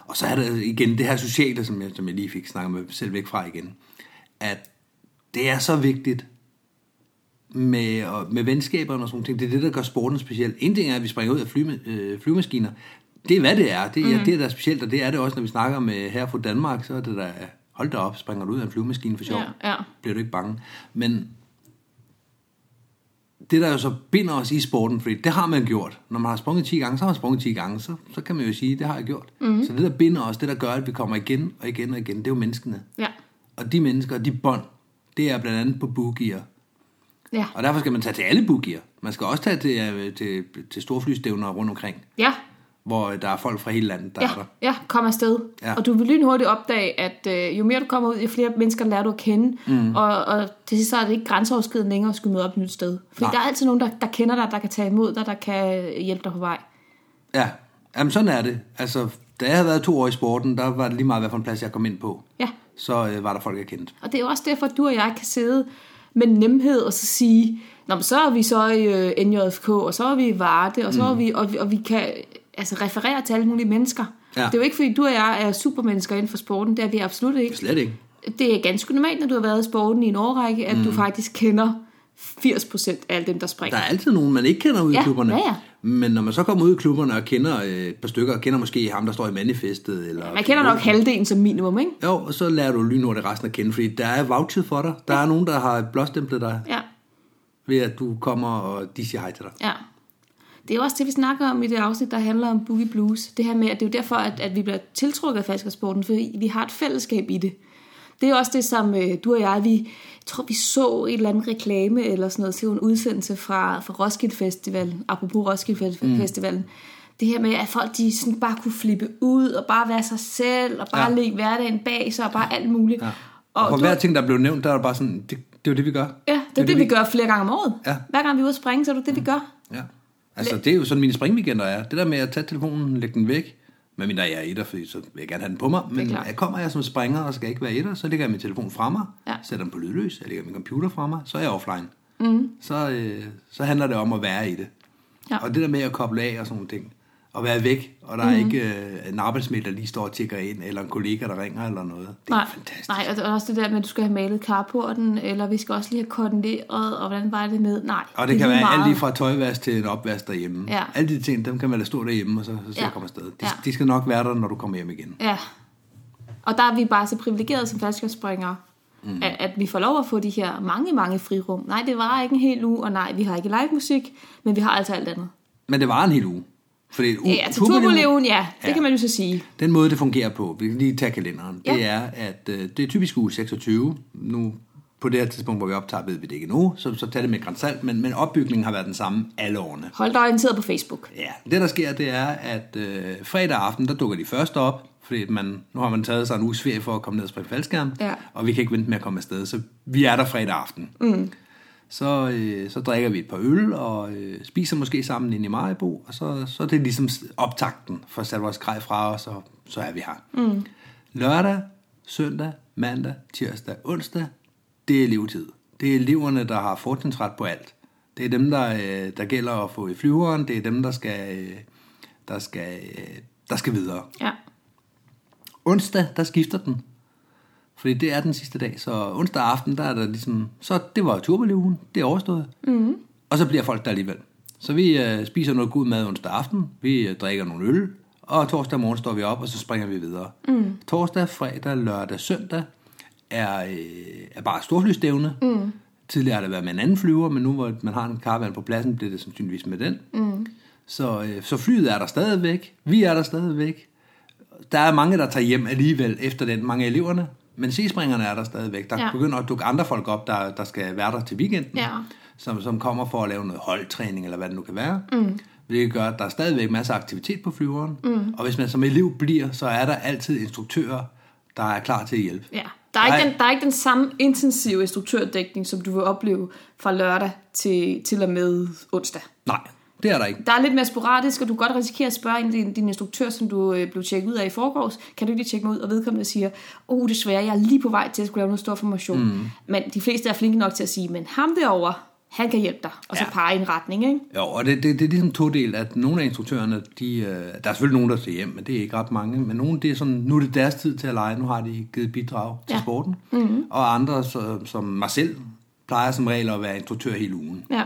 [SPEAKER 2] Og så er der igen det her sociale, som jeg, som jeg lige fik snakket med selv væk fra igen. At det er så vigtigt med, og- med venskaberne og sådan nogle ting. Det er det, der gør sporten speciel. En ting er, at vi springer ud af flyma, øh, flymaskiner. Det er, hvad det er. Det, mm. ja, det er der er specielt, og det er det også, når vi snakker med her fra Danmark, så er det der, hold da op, springer du ud af en flyvemaskine for sjov.
[SPEAKER 3] Ja, ja.
[SPEAKER 2] Bliver du ikke bange. Men det, der jo så binder os i sporten, fordi det har man gjort. Når man har sprunget 10 gange, så har man sprunget 10 gange, så, så kan man jo sige, det har jeg gjort.
[SPEAKER 3] Mm-hmm.
[SPEAKER 2] Mm. Så det, der binder os, det, der gør, at vi kommer igen og igen og igen, det er jo menneskene.
[SPEAKER 3] Ja.
[SPEAKER 2] Og de mennesker, de bånd, det er blandt andet på boogier.
[SPEAKER 3] Ja.
[SPEAKER 2] Og derfor skal man tage til alle boogier. Man skal også tage til, øh, til, til storflystævner rundt omkring,
[SPEAKER 3] Ja.
[SPEAKER 2] hvor øh, der er folk fra hele landet, der
[SPEAKER 3] Ja,
[SPEAKER 2] er der.
[SPEAKER 3] ja, kom afsted.
[SPEAKER 2] Ja.
[SPEAKER 3] Og du vil lynhurtigt opdage, at øh, jo mere du kommer ud, jo flere mennesker lærer du at kende. Mm. Og, og til sidst så er det ikke grænseoverskridende længere at skulle møde op et nyt sted. Fordi
[SPEAKER 2] Nej.
[SPEAKER 3] Nej. der er altid nogen, der, der kender dig, der kan tage imod dig, der kan hjælpe dig på vej.
[SPEAKER 2] Ja, Jamen, sådan er det. Altså, da jeg havde været to år i sporten, der var det lige meget, hvad for en plads jeg kom ind på.
[SPEAKER 3] Ja,
[SPEAKER 2] Så øh, var der folk, jeg kendte.
[SPEAKER 3] og det er jo også derfor, at du og jeg kan sidde med nemhed og så sige, Nå, men så er vi så i øh, NJFK, og så er vi i Varde, og så
[SPEAKER 2] Mm.
[SPEAKER 3] er vi, og, vi- og vi kan øh, altså, referere til alle mulige mennesker.
[SPEAKER 2] Ja.
[SPEAKER 3] Det er jo ikke, fordi du og jeg er supermennesker inden for sporten, det er vi absolut ikke.
[SPEAKER 2] Slet ikke.
[SPEAKER 3] det er ganske normalt, når du har været i sporten i en årrække, at mm. du faktisk kender 80% af alle dem, der
[SPEAKER 2] Der
[SPEAKER 3] springer.
[SPEAKER 2] er altid nogen, man ikke kender ud i
[SPEAKER 3] Ja,
[SPEAKER 2] klubberne.
[SPEAKER 3] ja, ja.
[SPEAKER 2] Men når man så kommer ud i klubberne og kender øh, et par stykker, og kender måske ham, der står i manifestet. Eller
[SPEAKER 3] Man kender nok halvdelen som minimum, ikke?
[SPEAKER 2] Jo, og så lærer du lynhurtigt resten at kende, fordi der er vouchet for dig. Der er nogen, der har blåstemplet dig
[SPEAKER 3] Ja,
[SPEAKER 2] ved, at du kommer, og de siger hej til dig.
[SPEAKER 3] ja. Det er jo også det, vi snakker om i det afsnit, der handler om boogie blues. Det her med, at det er jo derfor, at, at vi bliver tiltrukket af falskersporten, fordi vi har et fællesskab i det. Det er også det, som øh, du og jeg, vi jeg tror, vi så et eller andet reklame eller sådan noget, til en udsendelse fra, fra Roskilde Festival, apropos Roskilde Fe-
[SPEAKER 2] Mm.
[SPEAKER 3] Festivalen. Det her med, at folk de sådan bare kunne flippe ud og bare være sig selv og bare
[SPEAKER 2] Ja.
[SPEAKER 3] ja. lægge hverdagen bag sig og bare alt muligt.
[SPEAKER 2] Ja. Og, og for
[SPEAKER 3] du-
[SPEAKER 2] hver ting, der blev nævnt, der er det bare sådan, det, det er jo det, vi gør.
[SPEAKER 3] Ja, det er det, vi gør flere gange om året.
[SPEAKER 2] Ja. Mm.
[SPEAKER 3] Hver gang vi er ude at springe, så er det det, vi gør.
[SPEAKER 2] Ja. Altså, det er jo sådan, mine springweekender er. Det der med at tage telefonen, lægge den væk, men mindre jeg er etter, fordi så vil jeg gerne have den på mig. Men
[SPEAKER 3] klart.
[SPEAKER 2] jeg kommer jeg som springer og skal ikke være etter, så lægger jeg min telefon fra mig,
[SPEAKER 3] Ja.
[SPEAKER 2] sætter den på lydløs, jeg lægger min computer fra mig, så er jeg offline. Mm. Så, øh, så handler det om at være i det.
[SPEAKER 3] Ja.
[SPEAKER 2] Og det der med at koble af og sådan nogle ting, og være væk, og der er
[SPEAKER 3] Mm.
[SPEAKER 2] ikke øh, en arbejdsmiddel, der lige står og tjekker ind, eller en kollega, der ringer eller noget. Det er
[SPEAKER 3] nej,
[SPEAKER 2] fantastisk.
[SPEAKER 3] Nej, og det er også det der med, at du skal have malet carporten, eller vi skal også lige have koordineret, og hvordan var det med? Nej,
[SPEAKER 2] Og det, det kan
[SPEAKER 3] lige
[SPEAKER 2] være
[SPEAKER 3] meget.
[SPEAKER 2] alt lige fra tøjvask til en opvask derhjemme.
[SPEAKER 3] Ja.
[SPEAKER 2] Alle de ting, dem kan man lade stå derhjemme, og så, så ja.
[SPEAKER 3] Ja.
[SPEAKER 2] kommer afsted. De, ja.
[SPEAKER 3] Ja.
[SPEAKER 2] de skal nok være der, når du kommer hjem igen.
[SPEAKER 3] Ja. Og der er vi bare så privilegerede som faldskabsspringere, mm. at, at vi får lov at få de her mange, mange frirum.
[SPEAKER 2] Uh,
[SPEAKER 3] Nej, det var ikke en hel uge, og nej, vi har ikke live musik, men vi har altså alt andet.
[SPEAKER 2] Men det var en hel uge. Fordi et u-
[SPEAKER 3] Ja, til
[SPEAKER 2] turboleon-
[SPEAKER 3] turboleven, ja. Det
[SPEAKER 2] Ja.
[SPEAKER 3] kan man jo så sige.
[SPEAKER 2] Den måde, det fungerer på, vi kan lige tage kalenderen, ja. det
[SPEAKER 3] Ja.
[SPEAKER 2] er, at øh, det er typisk uge 26. Nu, på det her tidspunkt, hvor vi optager, ved vi det ikke nu, så, så tag det med et gran salt, men, men opbygningen har været den samme alle årene.
[SPEAKER 3] Hold dig orienteret på Facebook.
[SPEAKER 2] Ja, det der sker, det er, at øh, fredag aften, der dukker de første op, fordi at man, nu har man taget sig en uges ferie for at komme ned og springe faldskærm,
[SPEAKER 3] Ja.
[SPEAKER 2] og vi kan ikke vente med at komme afsted, så vi er der fredag aften. Mm. Så, øh, så drikker vi et par øl og øh, spiser måske sammen inde i Maribo, og så, så er det ligesom s- optakten for at sætte vores grej fra os, og så er vi her. Mm. Lørdag, søndag, mandag, tirsdag, onsdag, det er levetid. Det er eleverne, der har fortrinsret på alt. Det er dem, der, øh, der gælder at få i flyveren, det er dem, der skal, øh, der skal, øh, der skal videre.
[SPEAKER 3] Ja.
[SPEAKER 2] Onsdag, der skifter den. Fordi det er den sidste dag. Så onsdag aften, der er der ligesom... Så det var turbolivugen. Det er overstået. Mm-hmm. Og så bliver folk der alligevel. Så vi øh, spiser noget god mad onsdag aften. Vi øh, drikker nogle øl. Og torsdag morgen står vi op, og så springer vi videre. Mm. Torsdag, fredag, lørdag, søndag er, øh, er bare storflystævne. Mm. Tidligere har det været med en anden flyver, men nu hvor man har en karavan på pladsen, bliver det sandsynligvis med den. Mm. Så, øh, så flyet er der stadigvæk. Vi er der stadigvæk. Der er mange, der tager hjem alligevel efter den, mange af eleverne. Men seaspringerne er der stadigvæk. Der ja.
[SPEAKER 3] Ja.
[SPEAKER 2] begynder at dukke andre folk op, der, der skal være der til weekenden.
[SPEAKER 3] Ja.
[SPEAKER 2] Som, som kommer for at lave noget holdtræning, eller hvad det nu kan være. Mm. Hvilket gør, at der er stadigvæk masser af aktivitet på flyveren. Mm. Og hvis man som elev bliver, så er der altid instruktører, der er klar til at hjælpe.
[SPEAKER 3] ja. Der, er ikke
[SPEAKER 2] Nej.
[SPEAKER 3] den, der er ikke den samme intensive instruktørdækning, som du vil opleve fra lørdag til, til og med onsdag.
[SPEAKER 2] Nej, det er der ikke.
[SPEAKER 3] Der er lidt mere sporadisk, og du kan godt risikere at spørge en, din, din instruktør, som du øh, blev tjekket ud af i forgårs, kan du ikke lige tjekke mig ud? Og vedkommende siger, oh desværre, jeg er lige på vej til at skulle lave noget stor formation. Mm. Men de fleste er flinke nok til at sige, men ham derovre, han kan hjælpe dig. Og så
[SPEAKER 2] Ja.
[SPEAKER 3] pege i en retning, ikke?
[SPEAKER 2] Jo, og det, det, det er ligesom todelt, at nogle af instruktørerne, de, øh, der er selvfølgelig nogen, der tager hjem, men det er ikke ret mange, men nogle, det er sådan, nu er det deres tid til at lege, nu har de givet bidrag til
[SPEAKER 3] Ja.
[SPEAKER 2] sporten, mm-hmm. og andre, så, som mig selv, plejer som regel at være instruktør hele ugen.
[SPEAKER 3] Ja,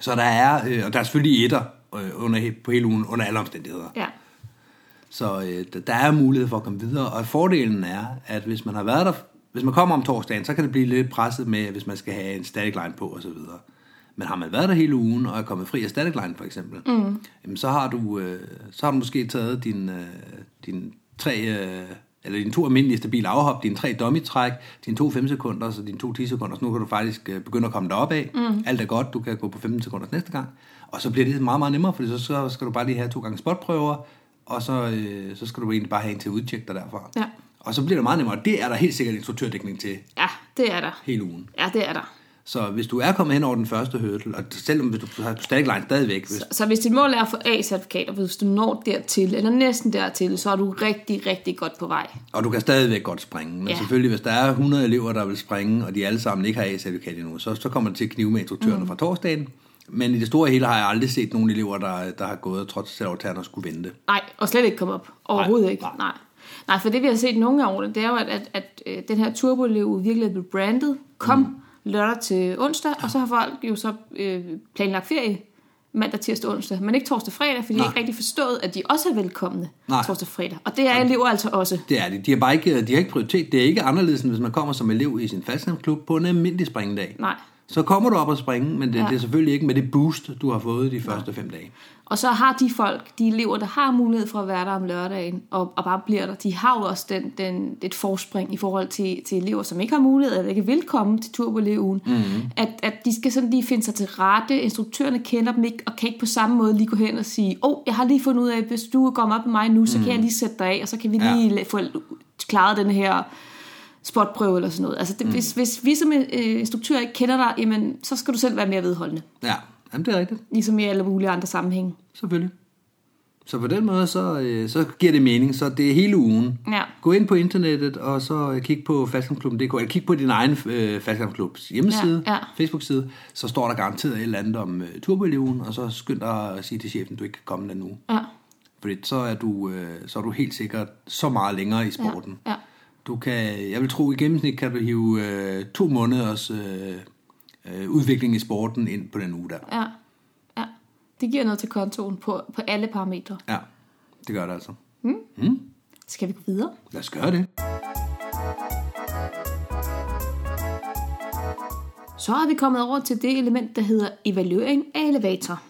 [SPEAKER 2] Så der er, øh, og der er selvfølgelig etter øh, under, he- på hele ugen, under alle omstændigheder.
[SPEAKER 3] ja,
[SPEAKER 2] Så øh, der- der er mulighed for at komme videre, og fordelen er, at hvis man har været der, hvis man kommer om torsdagen, så kan det blive lidt presset med, hvis man skal have en static line på osv. Men har man været der hele ugen og er kommet fri af static line for eksempel, mm. jamen, så, har du, øh, så har du måske taget din, øh, din tre, øh, eller dine to almindelige stabile afhop, dine tre dummy-træk, dine to 5 sekunder, så dine to 10 sekunder, så nu kan du faktisk øh, begynde at komme derop af. Mm. Alt er godt, du kan gå på 15 sekunder næste gang. Og så bliver det meget, meget nemmere, for så, så skal du bare lige have to gange spotprøver, og så, øh, så skal du egentlig bare have en til at udtjekke dig derfra.
[SPEAKER 3] Ja.
[SPEAKER 2] Og så bliver det meget nemmere, og det er der helt sikkert instruktørdækning til
[SPEAKER 3] ja, det er der.
[SPEAKER 2] hele ugen.
[SPEAKER 3] Ja, det er der.
[SPEAKER 2] Så hvis du er kommet hen over den første hurdle, og selvom hvis du har stadig line stadigvæk, hvis,
[SPEAKER 3] Så, så hvis dit mål er at få A-certifikat, og hvis du når dertil, eller næsten dertil, så er du rigtig, rigtig godt på vej.
[SPEAKER 2] og du kan stadigvæk godt springe, men ja.
[SPEAKER 3] Ja.
[SPEAKER 2] selvfølgelig hvis der er 100 elever, der vil springe, og de alle sammen ikke har A-certifikat endnu, så, så kommer det til at knive med instruktørerne mm. fra torsdagen. Men i det store hele har jeg aldrig set nogen elever, der, der har gået og trådt selv over tæerne og skulle vente.
[SPEAKER 3] Nej, og slet ikke komme op. Overhovedet
[SPEAKER 2] Nej,
[SPEAKER 3] nej, ikke.
[SPEAKER 2] nej.
[SPEAKER 3] Nej. nej. Nej, for det vi har set nogle af årene, det er jo, at, at, at øh, den her turboløv virkelig er blevet brandet, kom mm. lørdag til onsdag, og så har folk jo så øh, planlagt ferie mandag, tirsdag, onsdag, men ikke torsdag, fredag, fordi
[SPEAKER 2] Nej.
[SPEAKER 3] de ikke rigtig forstået, at de også er velkomne
[SPEAKER 2] Nej.
[SPEAKER 3] torsdag, fredag. Og det er elever altså også.
[SPEAKER 2] Det er det. De har bare ikke, de har ikke prioritet. Det er ikke anderledes, end hvis man kommer som elev i sin faldskærmsklub på en almindelig springdag.
[SPEAKER 3] Nej.
[SPEAKER 2] Så kommer du op og springe, men det, ja.
[SPEAKER 3] Ja.
[SPEAKER 2] det er selvfølgelig ikke med det boost, du har fået de første fem dage.
[SPEAKER 3] Og så har de folk, de elever, der har mulighed for at være der om lørdagen, og, og bare bliver der, de har jo også den, den, et forspring i forhold til, til elever, som ikke har mulighed, eller ikke vil komme til turboleugen, mm-hmm. at, at de skal sådan lige finde sig til rette, instruktørerne kender dem ikke, og kan ikke på samme måde lige gå hen og sige, åh, oh, jeg har lige fundet ud af, at hvis du kommer op med mig nu, så kan jeg lige sætte dig af, og så kan vi
[SPEAKER 2] Ja.
[SPEAKER 3] lige la- få klaret den her spotprøve eller sådan noget. Altså det, mm. hvis, hvis vi som øh, instruktører ikke kender dig, jamen, så skal du selv være mere vedholdende,
[SPEAKER 2] Ja, Jamen, det er rigtigt.
[SPEAKER 3] ligesom i alle mulige andre sammenhænge.
[SPEAKER 2] Selvfølgelig. Så på den måde, så, øh, så giver det mening. Så det er hele ugen.
[SPEAKER 3] Ja.
[SPEAKER 2] Gå ind på internettet, og så øh, kig på faldskærmklubben.dk, eller kig på din egen øh, faldskærmklubs hjemmeside,
[SPEAKER 3] Ja, ja.
[SPEAKER 2] Facebook-side, så står der garanteret et eller andet om øh, turboeleven, og så skynd dig at sige til chefen, du ikke kan komme den uge.
[SPEAKER 3] Ja.
[SPEAKER 2] Fordi så er, du, øh, så er du helt sikkert så meget længere i sporten.
[SPEAKER 3] Ja, ja.
[SPEAKER 2] Du kan, jeg vil tro, i gennemsnit kan du hive øh, to måneders øh, øh, udvikling i sporten ind på den uge der.
[SPEAKER 3] Ja, ja. Det giver noget til kontoen på, på alle parametre.
[SPEAKER 2] Ja, det gør det altså.
[SPEAKER 3] Skal vi gå videre?
[SPEAKER 2] Lad os gøre det.
[SPEAKER 3] Så er vi kommet over til det element, der hedder evaluering af elevator.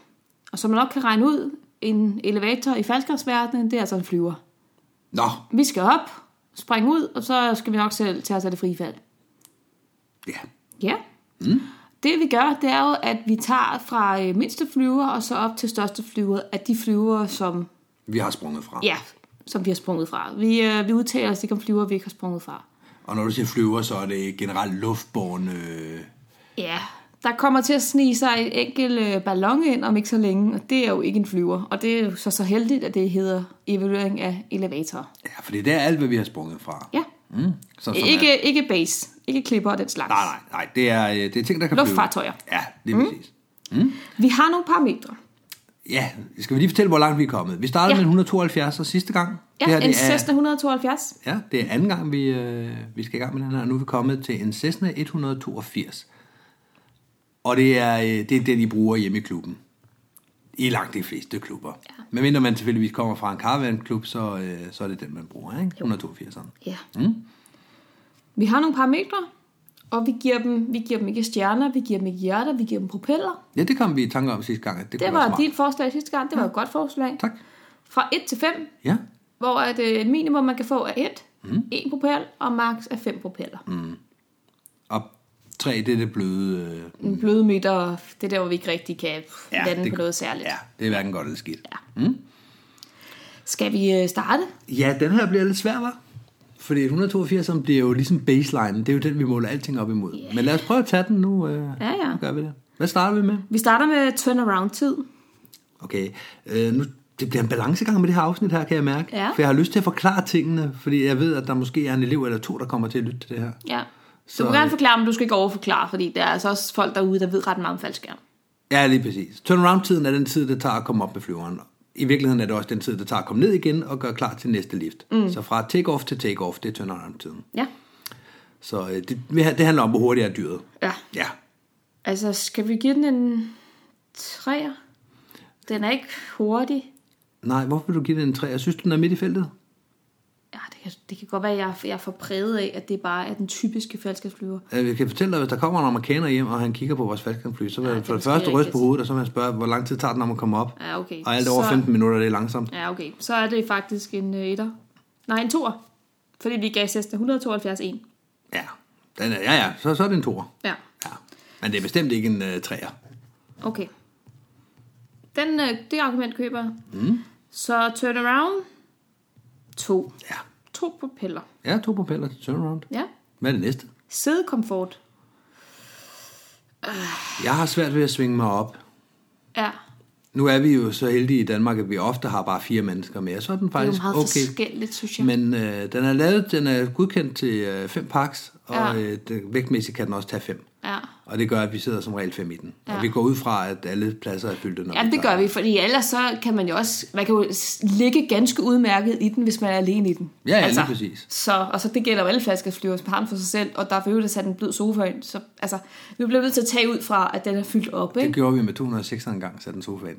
[SPEAKER 3] Og som man nok kan regne ud, en elevator i faldskabsverdenen, det er altså en flyver.
[SPEAKER 2] Nå,
[SPEAKER 3] Vi skal op, springe ud, og så skal vi nok selv tage os af det frie fald.
[SPEAKER 2] ja.
[SPEAKER 3] Ja. Mm. Det vi gør, det er jo, at vi tager fra øh, mindste flyver og så op til største flyver af de flyver, som,
[SPEAKER 2] Vi har sprunget fra.
[SPEAKER 3] ja, som vi har sprunget fra. Vi, øh, vi udtaler os ikke om flyver, vi ikke har sprunget fra.
[SPEAKER 2] Og når du siger flyver, så er det generelt luftborne... Øh,
[SPEAKER 3] Ja, der kommer til at snige sig en enkelt øh, ballon ind om ikke så længe, og det er jo ikke en flyver. Og det er jo så, så heldigt, at det hedder evaluering af elevatorer.
[SPEAKER 2] ja, for det er alt, hvad vi har sprunget fra.
[SPEAKER 3] Ja,
[SPEAKER 2] Mm. Så, som Er,
[SPEAKER 3] ikke, ikke base, ikke klipper og den slags.
[SPEAKER 2] nej, nej, nej. Det er, øh, det er ting, der kan
[SPEAKER 3] Luftfartøjer.
[SPEAKER 2] flyve. Ja, lige mm. præcis.
[SPEAKER 3] Vi har nogle parametre.
[SPEAKER 2] Ja, skal vi lige fortælle, hvor langt vi er kommet. Vi startede
[SPEAKER 3] Ja.
[SPEAKER 2] ja. med en 172 og sidste gang.
[SPEAKER 3] Ja,
[SPEAKER 2] det her, det
[SPEAKER 3] en
[SPEAKER 2] er,
[SPEAKER 3] Cessna 172.
[SPEAKER 2] Ja, det er anden gang, vi, øh, vi skal i gang med den her. Nu er vi kommet til en Cessna 182. Og det er, øh, det er det, de bruger hjemme i klubben. I langt de fleste klubber. Ja. Men mindre man tilfældigvis kommer fra en caravan-klub, så, øh, så er det den, man bruger. Ikke? 182'eren.
[SPEAKER 3] Ja. Mm. Vi har nogle parametre, og vi giver, dem, vi giver dem ikke stjerner, vi giver dem ikke hjerter, vi giver dem propeller.
[SPEAKER 2] Ja, det kom vi i tanke om sidste gang. At det,
[SPEAKER 3] Det
[SPEAKER 2] kunne være
[SPEAKER 3] var
[SPEAKER 2] smart.
[SPEAKER 3] dit forslag sidste gang, det var et godt forslag.
[SPEAKER 2] Tak.
[SPEAKER 3] Fra 1 til 5,
[SPEAKER 2] Ja.
[SPEAKER 3] hvor at, øh, minimum man kan få er 1, mm. 1 propel, og max er 5 propeller. Mm.
[SPEAKER 2] Og tre, det er det bløde. Øh,
[SPEAKER 3] En blødmeter, det er der, hvor vi ikke rigtig kan ja,
[SPEAKER 2] ja,
[SPEAKER 3] lande
[SPEAKER 2] det,
[SPEAKER 3] på noget særligt.
[SPEAKER 2] Ja, det er hverken godt eller skidt. Ja.
[SPEAKER 3] Skal vi øh, starte?
[SPEAKER 2] Ja, den her bliver lidt svær, var. Fordi 182 som bliver jo ligesom baseline. Det er jo den, vi måler alting op imod. Yeah. Men lad os prøve at tage den nu. Øh,
[SPEAKER 3] Ja, ja.
[SPEAKER 2] Nu gør vi det. Hvad starter vi med?
[SPEAKER 3] Vi starter med turnaround-tid.
[SPEAKER 2] Okay, øh, nu, det bliver en balancegang med det her afsnit her, kan jeg mærke.
[SPEAKER 3] Ja.
[SPEAKER 2] For jeg har lyst til at forklare tingene, fordi jeg ved, at der måske er en elev eller to, der kommer til at lytte til det her.
[SPEAKER 3] Ja. Så
[SPEAKER 2] Så-
[SPEAKER 3] du må gerne forklare, men du skal ikke overforklare, fordi der er altså også folk derude, der ved ret meget om faldskærm.
[SPEAKER 2] Ja, lige præcis. Turnaround-tiden er den tid, det tager at komme op med flyveren. I virkeligheden er det også den tid, det tager at komme ned igen og gøre klar til næste lift. Mm. Så fra take-off til take-off, det er turnaround-tiden.
[SPEAKER 3] Ja.
[SPEAKER 2] Så øh, det, det handler om, hvor hurtigt er dyret.
[SPEAKER 3] Ja.
[SPEAKER 2] Ja,
[SPEAKER 3] Altså, skal vi give den en 3'er? Den er ikke hurtig.
[SPEAKER 2] Nej, hvorfor vil du give den en 3? Jeg synes, den er midt i feltet.
[SPEAKER 3] Ja, det kan, det kan godt være, at jeg, jeg er for præget af, at det bare er den typiske faldskabsflyver.
[SPEAKER 2] Øh, Jeg kan fortælle dig, hvis der kommer en amerikaner hjem, og han kigger på vores faldskærmfly, så vil
[SPEAKER 3] Ja,
[SPEAKER 2] han
[SPEAKER 3] det
[SPEAKER 2] for
[SPEAKER 3] er
[SPEAKER 2] det
[SPEAKER 3] måske
[SPEAKER 2] første ryste
[SPEAKER 3] rigtigt.
[SPEAKER 2] på hovedet, og så vil han spørge, hvor lang tid tager den om at komme op?
[SPEAKER 3] Ja, okay.
[SPEAKER 2] Og alt over
[SPEAKER 3] Så-
[SPEAKER 2] 15 minutter, det er langsomt.
[SPEAKER 3] Ja, okay. Så er det faktisk en 1'er. Nej, en 2'er. Fordi vi gav Cessna 172 1.
[SPEAKER 2] Ja, den er, ja, ja så, så er det en toer.
[SPEAKER 3] Ja,
[SPEAKER 2] Ja. Men det er bestemt ikke en uh, træer.
[SPEAKER 3] okay. Den, øh, det argument køber jeg. Mm. Så turnaround. To.
[SPEAKER 2] Ja.
[SPEAKER 3] To propeller.
[SPEAKER 2] ja, to propeller til turnaround.
[SPEAKER 3] Ja.
[SPEAKER 2] Hvad er det næste?
[SPEAKER 3] Sædekomfort.
[SPEAKER 2] Jeg har svært ved at svinge mig op.
[SPEAKER 3] Ja.
[SPEAKER 2] Nu er vi jo så heldige i Danmark, at vi ofte har bare fire mennesker med, og så er den
[SPEAKER 3] Det er jo
[SPEAKER 2] faktisk
[SPEAKER 3] meget okay.
[SPEAKER 2] okay.
[SPEAKER 3] forskelligt, synes jeg.
[SPEAKER 2] Men øh, den er lavet, den er godkendt til øh, fem pakker, og
[SPEAKER 3] Ja.
[SPEAKER 2] ja. øh, den- vægtmæssigt kan den også tage fem.
[SPEAKER 3] Ja.
[SPEAKER 2] Og det gør, at vi sidder som regel fem i den. Ja.
[SPEAKER 3] Ja.
[SPEAKER 2] Og vi går ud fra, at alle pladser er fyldt. Når
[SPEAKER 3] Ja, det gør vi, fordi ellers så kan man jo også, man kan jo s- ligge ganske udmærket i den, hvis man er alene i den. Altså,
[SPEAKER 2] Ja, ja, lige præcis.
[SPEAKER 3] Så, og så det gælder jo alle flaskeflyver, hvis man har den for sig selv, og der er for øvrigt sat en blød sofa ind. Så altså, vi bliver nødt til at tage ud fra, at den er fyldt op,
[SPEAKER 2] Det
[SPEAKER 3] ikke?
[SPEAKER 2] gjorde vi med 206 gang, satte den sofa ind.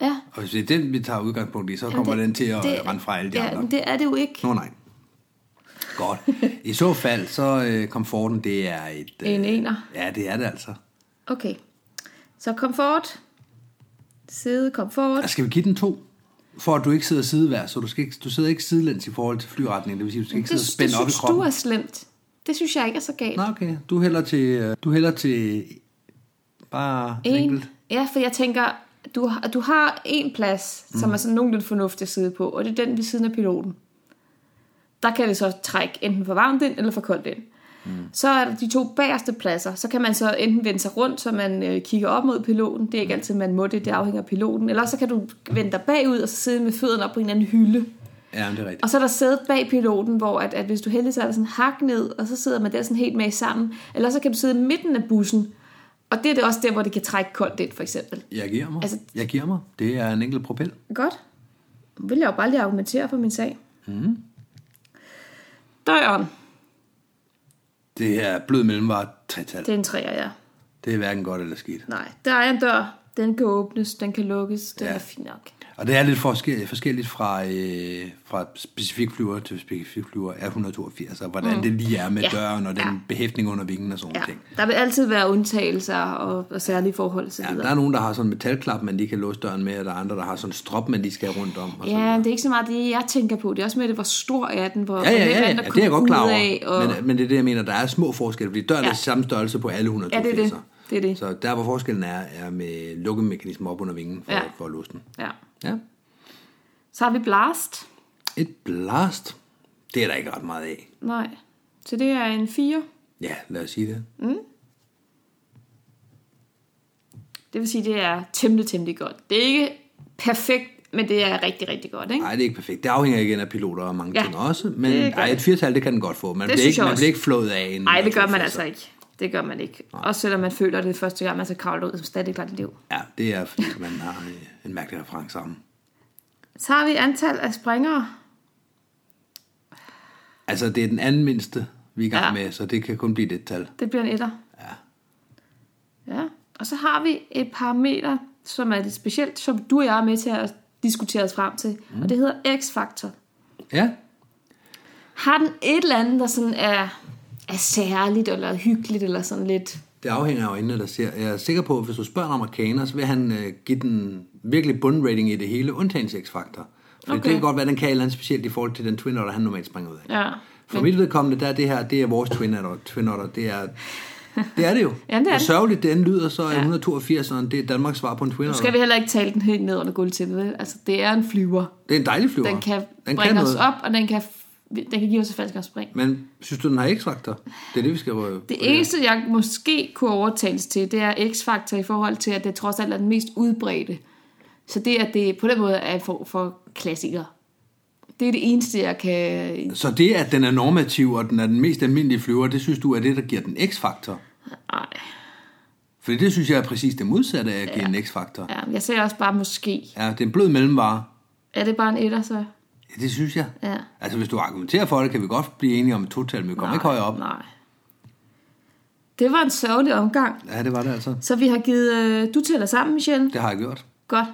[SPEAKER 3] Ja.
[SPEAKER 2] Og hvis det er den, vi tager udgangspunkt i, så kommer
[SPEAKER 3] Jamen,
[SPEAKER 2] det, den til at det, rende fra alle de
[SPEAKER 3] ja,
[SPEAKER 2] ja, andre.
[SPEAKER 3] men det er det jo ikke.
[SPEAKER 2] Nå nej. Godt. I så fald, så øh, komforten, det er et... Øh,
[SPEAKER 3] En ener.
[SPEAKER 2] Ja, det er det altså.
[SPEAKER 3] Okay. Så komfort. Sæde, komfort.
[SPEAKER 2] Altså, skal vi give den to? For at du ikke sidder sidevær, så du, skal ikke, du sidder ikke sidelæns i forhold til flyretningen. Det vil sige, du skal ikke
[SPEAKER 3] Det,
[SPEAKER 2] sidde og
[SPEAKER 3] det
[SPEAKER 2] spænde op i
[SPEAKER 3] synes du
[SPEAKER 2] kroppen.
[SPEAKER 3] er slemt. Det synes jeg ikke er så galt.
[SPEAKER 2] Nå, okay. Du hælder til... øh, Du hælder til bare en. enkelt.
[SPEAKER 3] En, ja, for jeg tænker, du, har- du har en plads, mm. som er sådan nogenlunde fornuftig at sidde på, og det er den ved siden af piloten. Der kan det så trække enten for varmt ind, eller for koldt ind. Mm. Så er der de to bagerste pladser. Så kan man så enten vende sig rundt, så man øh, kigger op mod piloten. Det er ikke altid, man må det. Det afhænger af piloten. Eller så kan du vende dig bagud, og så sidde med fødderne op på en eller anden hylde.
[SPEAKER 2] Ja, men det er rigtigt.
[SPEAKER 3] Og så er der sædet bag piloten, hvor at, at hvis du er heldig, så er der sådan hak ned, og så sidder man der sådan helt med sammen. Eller så kan du sidde i midten af bussen, og det er det også der, hvor det kan trække koldt ind, for eksempel.
[SPEAKER 2] Jeg giver mig.
[SPEAKER 3] Altså-
[SPEAKER 2] Altså, jeg giver mig. Det er en enkelt propel.
[SPEAKER 3] Godt. Nu vil jeg jo bare lige argumentere for min sag. Mm.
[SPEAKER 2] Mm-hmm.
[SPEAKER 3] Døren,
[SPEAKER 2] Det her blød mellemvare tretal.
[SPEAKER 3] det er en træer, ja.
[SPEAKER 2] Det er hverken godt eller skidt.
[SPEAKER 3] Nej, der er en dør. Den kan åbnes, den kan lukkes, den ja.
[SPEAKER 2] Ja.
[SPEAKER 3] er fin nok.
[SPEAKER 2] Og det er lidt forskelligt, forskelligt fra, øh, fra specifik flyver til specifik flyver R182, og hvordan mm. det lige er med
[SPEAKER 3] Ja.
[SPEAKER 2] ja. døren og den
[SPEAKER 3] Ja.
[SPEAKER 2] ja. behæftning under vingen og sådan
[SPEAKER 3] Ja.
[SPEAKER 2] ja. ting.
[SPEAKER 3] Der vil altid være undtagelser og, og særlige forhold osv.
[SPEAKER 2] Ja, der er nogen, der har sådan en metalklap, man lige kan låse døren med, og der er andre, der har sådan en strop, man lige skal have rundt om. Og sådan.
[SPEAKER 3] Ja, men det er ikke så meget det, jeg tænker på. Det er også med det, hvor stor er den, hvor
[SPEAKER 2] Ja,
[SPEAKER 3] hvor
[SPEAKER 2] ja,
[SPEAKER 3] let
[SPEAKER 2] ja,
[SPEAKER 3] er
[SPEAKER 2] ja,
[SPEAKER 3] den at
[SPEAKER 2] ja det er
[SPEAKER 3] komme
[SPEAKER 2] jeg godt klar
[SPEAKER 3] ud
[SPEAKER 2] over.
[SPEAKER 3] af, og...
[SPEAKER 2] Men, men det er det, jeg mener, der er små forskelle, fordi døren ja.
[SPEAKER 3] Ja.
[SPEAKER 2] er samme størrelse på alle 100
[SPEAKER 3] Ja, det er det. Det er det.
[SPEAKER 2] Så der, hvor forskellen er, er med lukkemekanismen op under vingen for,
[SPEAKER 3] Ja.
[SPEAKER 2] ja. for at låse den.
[SPEAKER 3] ja.
[SPEAKER 2] Ja.
[SPEAKER 3] Så har vi blast.
[SPEAKER 2] Et blast, det er der ikke ret meget af.
[SPEAKER 3] Nej. Så det er en 4.
[SPEAKER 2] Ja, lad os sige det.
[SPEAKER 3] Det vil sige, det er temmelig, temmelig godt. Det er ikke perfekt, men det er rigtig, rigtig godt, ikke?
[SPEAKER 2] Nej, det er ikke perfekt. Det afhænger igen af piloter og mange
[SPEAKER 3] Ja,
[SPEAKER 2] ja, ting også. Men
[SPEAKER 3] det gør
[SPEAKER 2] ej,
[SPEAKER 3] det.
[SPEAKER 2] et firtal, det kan den godt få. Man,
[SPEAKER 3] Det
[SPEAKER 2] bliver
[SPEAKER 3] synes
[SPEAKER 2] ikke,
[SPEAKER 3] jeg
[SPEAKER 2] man
[SPEAKER 3] også.
[SPEAKER 2] bliver ikke flået af en.
[SPEAKER 3] Nej, det gør man
[SPEAKER 2] naturfasser.
[SPEAKER 3] altså ikke. Det gør man ikke. Også selvom man føler det første gang, man så kravler ud som stadig klart liv.
[SPEAKER 2] Ja, det er, fordi man har øh, en mærkelig reference om.
[SPEAKER 3] Så har vi antal af springere.
[SPEAKER 2] Altså, det er den anden mindste, vi er i gang
[SPEAKER 3] Ja.
[SPEAKER 2] ja. med, så det kan kun blive det tal.
[SPEAKER 3] Det bliver en etter.
[SPEAKER 2] Ja.
[SPEAKER 3] Ja. Og så har vi et parameter, som er lidt specielt, som du og jeg er med til at diskutere os frem til. Mm. Og det hedder X-faktor.
[SPEAKER 2] Ja,
[SPEAKER 3] Har den et eller andet, der sådan er, er særligt, eller hyggeligt, eller sådan lidt...
[SPEAKER 2] Det afhænger jo inden, der ser. Jeg er sikker på, at hvis du spørger en amerikaner, så vil han øh, give den virkelig bundrating i det hele, undtagen X-faktor. Fordi
[SPEAKER 3] Okay.
[SPEAKER 2] okay. det kan godt være, den kan et eller andet specielt i forhold til den twin otter, han normalt springer ud af.
[SPEAKER 3] Ja.
[SPEAKER 2] For mit vedkommende, der er det her, det er vores twin otter. Twin otter det, er, det er det jo.
[SPEAKER 3] Ja, det er
[SPEAKER 2] Hvor
[SPEAKER 3] det.
[SPEAKER 2] sørgeligt den lyder, så er 182, og det er Danmarks svar på en twin
[SPEAKER 3] Nu
[SPEAKER 2] otter.
[SPEAKER 3] skal vi heller ikke tale den helt ned under gulvtæppet. vel? Altså, det er en flyver.
[SPEAKER 2] Det er en dejlig flyver.
[SPEAKER 3] Den kan
[SPEAKER 2] den
[SPEAKER 3] bringe
[SPEAKER 2] kan
[SPEAKER 3] os
[SPEAKER 2] noget.
[SPEAKER 3] op, og den kan, den kan give os et falsk spring.
[SPEAKER 2] Men synes du, den har X-faktor? Det er det, vi skal prøve.
[SPEAKER 3] Det eneste, jeg måske kunne overtales til, det er x-faktor i forhold til, at det trods alt er den mest udbredte. Så det, at det på den måde er en form for klassiker. Det er det eneste, jeg kan...
[SPEAKER 2] Øh, Så det, at den er normativ, og den er den mest almindelige flyver, det synes du er det, der giver den X-faktor?
[SPEAKER 3] Ej,
[SPEAKER 2] Fordi det synes jeg er præcis det modsatte af at give en x-faktor.
[SPEAKER 3] ja, jeg ser også bare måske.
[SPEAKER 2] Ja, det er en blød mellemvare.
[SPEAKER 3] Er det bare en etter, så?
[SPEAKER 2] Ja, det synes jeg.
[SPEAKER 3] Ja.
[SPEAKER 2] Altså, hvis du argumenterer for det, kan vi godt blive enige om et total, men vi kommer ikke højere op.
[SPEAKER 3] Nej. Det var en sørgelig omgang.
[SPEAKER 2] Ja, det var det altså.
[SPEAKER 3] Så vi har givet... Øh, du tæller sammen, Michelle.
[SPEAKER 2] Det har jeg gjort.
[SPEAKER 3] Godt.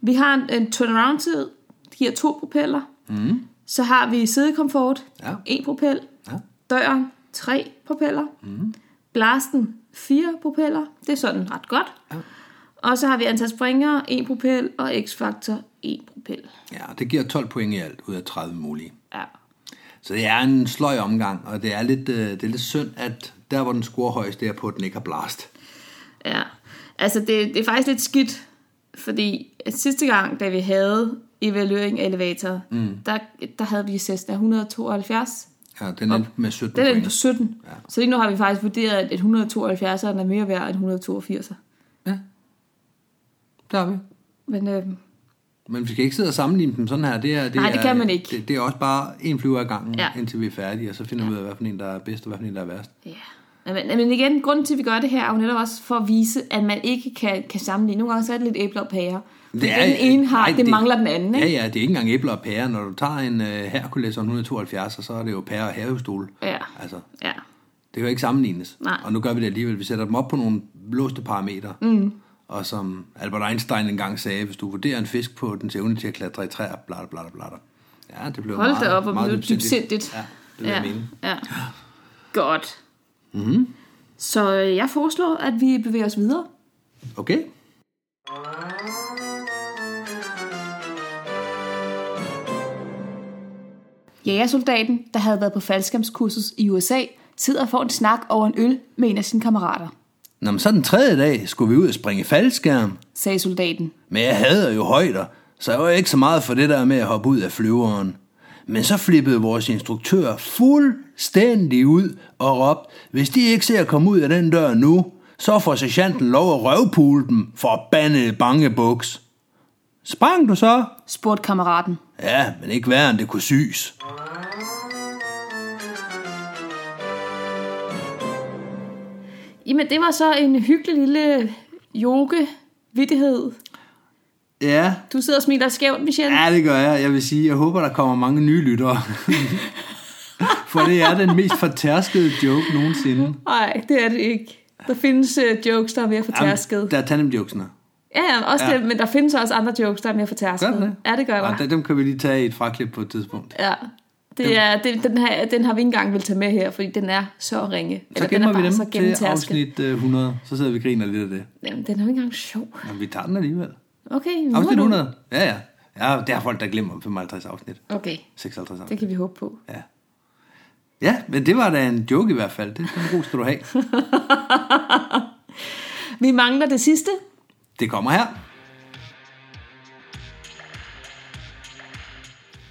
[SPEAKER 3] Vi har en, en turnaround-tid. Det giver to propeller. Mm. Så har vi sidekomfort.
[SPEAKER 2] Ja.
[SPEAKER 3] En propel.
[SPEAKER 2] Ja.
[SPEAKER 3] Døren. Tre propeller. Mm. Blasten. Fire propeller. Det er sådan ret godt.
[SPEAKER 2] Ja.
[SPEAKER 3] Og så har vi antal springere. En propel. Og x-faktor. En propel.
[SPEAKER 2] Ja, det giver 12 point i alt ud af 30 mulige.
[SPEAKER 3] Ja.
[SPEAKER 2] Så det er en sløj omgang, og det er lidt, øh, det er lidt synd, at der, hvor den scorer højst, det er på, at den ikke har blast.
[SPEAKER 3] ja. Altså, det, det er faktisk lidt skidt. Fordi at sidste gang, da vi havde evaluering af elevator, mm. der, der havde vi Cessna 172.
[SPEAKER 2] Ja, den er med 17
[SPEAKER 3] Den er på
[SPEAKER 2] point.
[SPEAKER 3] 17. Ja. Så lige nu har vi faktisk vurderet, at et 172 er mere værd end 182.
[SPEAKER 2] Ja, der er vi.
[SPEAKER 3] Men øh,
[SPEAKER 2] Men vi skal ikke sidde og sammenligne dem sådan her. Det er, det
[SPEAKER 3] Nej, det
[SPEAKER 2] er,
[SPEAKER 3] kan man ikke.
[SPEAKER 2] Det, det er også bare en flyver ad gangen,
[SPEAKER 3] Ja.
[SPEAKER 2] ja. indtil vi er færdige, og så finder vi ud af, hvad for en, der er bedst, og hvad for en, der er værst.
[SPEAKER 3] ja. Men, men igen, grunden til, at vi gør det her, er jo netop også for at vise, at man ikke kan, kan sammenligne. Nogle gange så er det lidt æbler og pærer. Det er, den ene har, nej, det, det mangler den anden. Ikke?
[SPEAKER 2] Ja, ja, det er ikke engang æbler og pærer. Når du tager en uh, Hercules og en 172, så er det jo pærer og havestol.
[SPEAKER 3] Ja.
[SPEAKER 2] Altså,
[SPEAKER 3] Ja.
[SPEAKER 2] det kan jo ikke sammenlignes.
[SPEAKER 3] Nej.
[SPEAKER 2] Og nu gør vi det alligevel. Vi sætter dem op på nogle låste parametre. Mm. Og som Albert Einstein engang sagde, hvis du vurderer en fisk på den evne til at klatre i træer, blatter, blatter, blatter. Ja, det blev
[SPEAKER 3] Hold
[SPEAKER 2] meget,
[SPEAKER 3] da op, og
[SPEAKER 2] meget
[SPEAKER 3] blev dybsindigt.
[SPEAKER 2] Ja, det vil ja. jeg mene. Mhm.
[SPEAKER 3] ja. ja. Godt. Mm-hmm. Så øh, jeg foreslår, at vi bevæger os videre.
[SPEAKER 2] Okay.
[SPEAKER 3] Jægersoldaten, der havde været på faldskærmskursus i USA, sidder og får en snak over en øl med en af sine kammerater,
[SPEAKER 2] Nå, men så den tredje dag skulle vi ud og springe faldskærm.
[SPEAKER 3] sagde soldaten.
[SPEAKER 2] Men jeg hader jo højder, så jeg var ikke så meget for det der med at hoppe ud af flyveren. Men så flippede vores instruktør fuldstændig ud og råbte, hvis de ikke ser at komme ud af den dør nu, så får sergeanten lov at røvpule dem for bandede bange buks. Sprang du så?
[SPEAKER 3] spurgte kammeraten.
[SPEAKER 2] Ja, men ikke værre end det kunne syes.
[SPEAKER 3] Jamen, det var så en hyggelig lille yoga-vittighed.
[SPEAKER 2] Ja,
[SPEAKER 3] Du sidder og smiler skævt, Michelle.
[SPEAKER 2] Ja, det gør jeg. Jeg vil sige, jeg håber, der kommer mange nye lyttere. For det er den mest fortærskede joke nogensinde.
[SPEAKER 3] Nej, det er det ikke. Der findes uh, jokes, der er mere
[SPEAKER 2] Jamen,
[SPEAKER 3] fortærsket.
[SPEAKER 2] Der er tandemjokesene.
[SPEAKER 3] Ja, ja, også
[SPEAKER 2] Ja.
[SPEAKER 3] ja. Det, men der findes også andre jokes, der er mere fortærskede.
[SPEAKER 2] Gør der det?
[SPEAKER 3] Ja, det gør
[SPEAKER 2] Og
[SPEAKER 3] der.
[SPEAKER 2] dem, dem kan vi lige tage i et fraklip på et tidspunkt.
[SPEAKER 3] Ja. Det er, det, den, her, den har vi ikke engang vil tage med her, fordi den er så ringe.
[SPEAKER 2] Så
[SPEAKER 3] den er
[SPEAKER 2] gemmer vi dem til
[SPEAKER 3] gennemtærsket.
[SPEAKER 2] afsnit øh, 100. Så sidder vi og griner lidt af det.
[SPEAKER 3] Jamen, den er jo ikke engang sjov.
[SPEAKER 2] Men vi tager den alligevel.
[SPEAKER 3] Okay, nu
[SPEAKER 2] Afsnit
[SPEAKER 3] er du-
[SPEAKER 2] 100. Ja, ja. Ja, der er folk, der glemmer om 55 afsnit.
[SPEAKER 3] Okay,
[SPEAKER 2] 56 afsnit.
[SPEAKER 3] Mm. det kan vi håbe på.
[SPEAKER 2] Ja. Ja, men det var da en joke i hvert fald. Det den ro skal du have.
[SPEAKER 3] Vi mangler det sidste.
[SPEAKER 2] Det kommer her.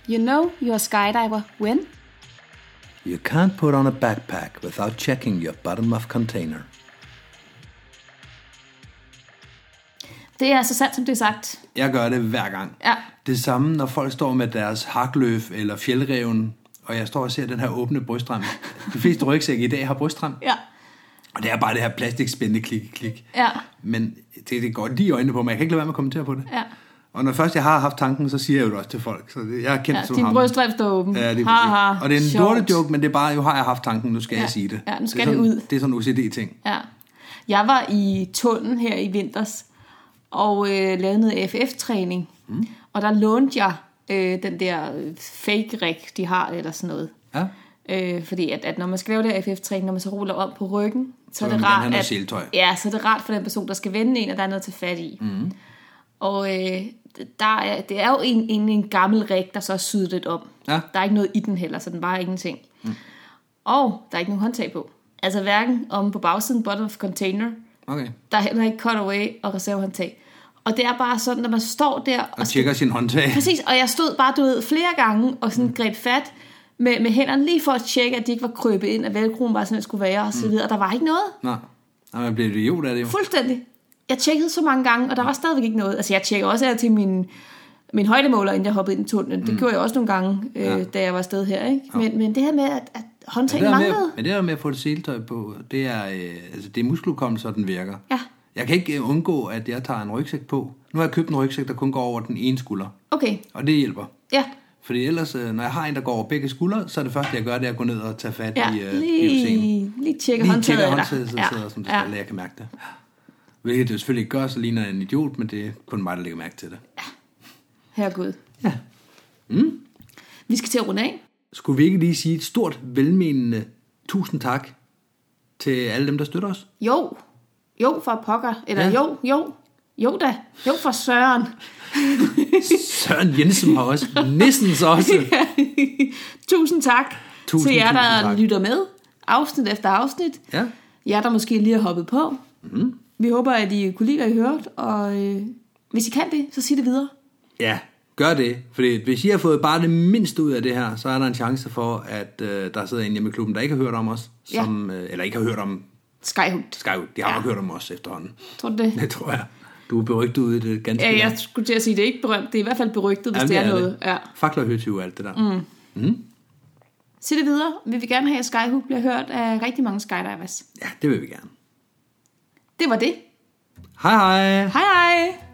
[SPEAKER 3] You know you're a skydiver when?
[SPEAKER 2] You can't put on a backpack without checking your bottom of container.
[SPEAKER 3] Det er så sandt, som det er sagt.
[SPEAKER 2] Jeg gør det hver gang.
[SPEAKER 3] Ja.
[SPEAKER 2] Det samme, når folk står med deres hakløf eller fjeldreven, og jeg står og ser den her åbne brystramme. De fleste rygsække i dag har brystram,
[SPEAKER 3] Ja.
[SPEAKER 2] og det er bare det her plastikspændende klik-klik.
[SPEAKER 3] Ja.
[SPEAKER 2] Men det, det går lige i øjnene på mig. Jeg kan ikke lade være med at kommentere på det.
[SPEAKER 3] Ja.
[SPEAKER 2] Og når først jeg har haft tanken, så siger jeg jo det også til folk. Så det, jeg er kendt
[SPEAKER 3] ja
[SPEAKER 2] som
[SPEAKER 3] din
[SPEAKER 2] ham.
[SPEAKER 3] brystrev står åben.
[SPEAKER 2] Ja, det er
[SPEAKER 3] Haha,
[SPEAKER 2] ha, Og det er en
[SPEAKER 3] sjovt.
[SPEAKER 2] lortet joke, men det er bare, jo har jeg haft tanken, nu skal
[SPEAKER 3] Ja,
[SPEAKER 2] jeg sige det.
[SPEAKER 3] ja, nu
[SPEAKER 2] det,
[SPEAKER 3] skal
[SPEAKER 2] er
[SPEAKER 3] det
[SPEAKER 2] sådan,
[SPEAKER 3] ud.
[SPEAKER 2] Det er sådan en OCD-ting.
[SPEAKER 3] Ja. Jeg var i tunnelen her i vinters og øh, lavede noget FF-træning. Mm. Og der lånte jeg øh, den der øh, fake rig, de har eller sådan noget.
[SPEAKER 2] Ja?
[SPEAKER 3] Øh, fordi at, at når man skal lave det her FF-træning, når man så ruller om på ryggen, så,
[SPEAKER 2] vil
[SPEAKER 3] er det
[SPEAKER 2] man gerne have
[SPEAKER 3] rart,
[SPEAKER 2] noget
[SPEAKER 3] at,
[SPEAKER 2] seletøj.
[SPEAKER 3] ja, så er det rart for den person, der skal vende en, at der er noget til fat i.
[SPEAKER 2] Mhm.
[SPEAKER 3] Mm. Og øh, der er, det er jo en, en, en gammel rig, der så er syet lidt om.
[SPEAKER 2] Ja.
[SPEAKER 3] Der er ikke noget i den heller, så den bare ingenting. Mm. Og der er ikke nogen håndtag på. Altså hverken om på bagsiden, bottom of container,
[SPEAKER 2] Okay.
[SPEAKER 3] der er heller ikke cutaway og reservehåndtag. Og det er bare sådan, når man står der og,
[SPEAKER 2] Og tjekker sin håndtag.
[SPEAKER 3] Præcis, og jeg stod bare, du ved, flere gange og
[SPEAKER 2] Mm.
[SPEAKER 3] sådan greb fat med, med hænderne, lige for at tjekke, at de ikke var krøbet ind, at velcroen var, som den skulle være, og
[SPEAKER 2] Mm.
[SPEAKER 3] så videre. Og der var ikke noget.
[SPEAKER 2] Nå. Nå, man bliver et idiot af det jo.
[SPEAKER 3] Fuldstændig. Jeg tjekkede så mange gange, og der var
[SPEAKER 2] Mm.
[SPEAKER 3] stadigvæk ikke noget. Altså, jeg tjekkede også af til min, min højdemåler, inden jeg hoppede ind i tunnelen. Det gjorde jeg også nogle gange, øh,
[SPEAKER 2] Mm. Ja.
[SPEAKER 3] da jeg var afsted her, ikke? Men, men det her med, at, at
[SPEAKER 2] Men
[SPEAKER 3] håndtagen
[SPEAKER 2] det, der med,
[SPEAKER 3] manglede.
[SPEAKER 2] at- men det der med at få et seletøj på, det er, øh, altså, det er muskelkommelser, den virker.
[SPEAKER 3] Ja.
[SPEAKER 2] Jeg kan ikke øh, undgå, at jeg tager en rygsæk på. Nu har jeg købt en rygsæk, der kun går over den ene skulder.
[SPEAKER 3] Okay,
[SPEAKER 2] Og det hjælper.
[SPEAKER 3] ja.
[SPEAKER 2] Fordi ellers, øh, når jeg har en, der går over begge skuldre, så er det første, jeg gør, det er at gå ned og tage fat
[SPEAKER 3] Ja,
[SPEAKER 2] i, øh, i scenen.
[SPEAKER 3] lige, lige tjekke
[SPEAKER 2] Lige
[SPEAKER 3] håndtaget.
[SPEAKER 2] tjekker
[SPEAKER 3] af dig.
[SPEAKER 2] håndtaget, så sidder som det skal, ja. jeg kan mærke det. Hvilket det jo selvfølgelig ikke gør, så ligner jeg en idiot, men det er kun mig, der lægger mærke til det.
[SPEAKER 3] Herregud.
[SPEAKER 2] Ja. Mm.
[SPEAKER 3] Vi skal til at runde af.
[SPEAKER 2] Skulle vi ikke lige sige et stort, velmenende tusind tak til alle dem, der støtter os?
[SPEAKER 3] Jo, jo for pokker. Eller
[SPEAKER 2] Ja.
[SPEAKER 3] ja. jo, jo, jo da. Jo for søren.
[SPEAKER 2] Søren Jensen har også. Nissens også.
[SPEAKER 3] tusind tak
[SPEAKER 2] Tusind,
[SPEAKER 3] til jer, der
[SPEAKER 2] tusind tak.
[SPEAKER 3] lytter med. Afsnit efter afsnit.
[SPEAKER 2] Ja.
[SPEAKER 3] Jer, der måske lige har hoppet på. Mm.
[SPEAKER 2] Mhm.
[SPEAKER 3] Vi håber, at I kunne lide, hvad I hørte. Og øh, hvis I kan det, så sig det videre.
[SPEAKER 2] Ja, gør det. Fordi hvis I har fået bare det mindste ud af det her, så er der en chance for, at øh, der sidder en hjemme i klubben, der ikke har hørt om os.
[SPEAKER 3] Ja.
[SPEAKER 2] Som, øh, eller ikke har hørt om
[SPEAKER 3] Skyhugt.
[SPEAKER 2] Skype. De har
[SPEAKER 3] Ja.
[SPEAKER 2] nok hørt om os efterhånden.
[SPEAKER 3] Tror du det?
[SPEAKER 2] Det tror jeg. Du er berygtet ude i det ganske
[SPEAKER 3] Ja,
[SPEAKER 2] land.
[SPEAKER 3] jeg skulle til at sige, det er ikke berømt. Det er i hvert fald berygtet, hvis det er, noget.
[SPEAKER 2] Det.
[SPEAKER 3] Ja.
[SPEAKER 2] Fakler og høtyve og alt det der. Mm.
[SPEAKER 3] Sig det videre. Vi vil gerne have, at Skyhook bliver hørt af rigtig mange skydivers.
[SPEAKER 2] Ja, det vil vi gerne.
[SPEAKER 3] Det var det.
[SPEAKER 2] Hej hej!
[SPEAKER 3] Hej hej!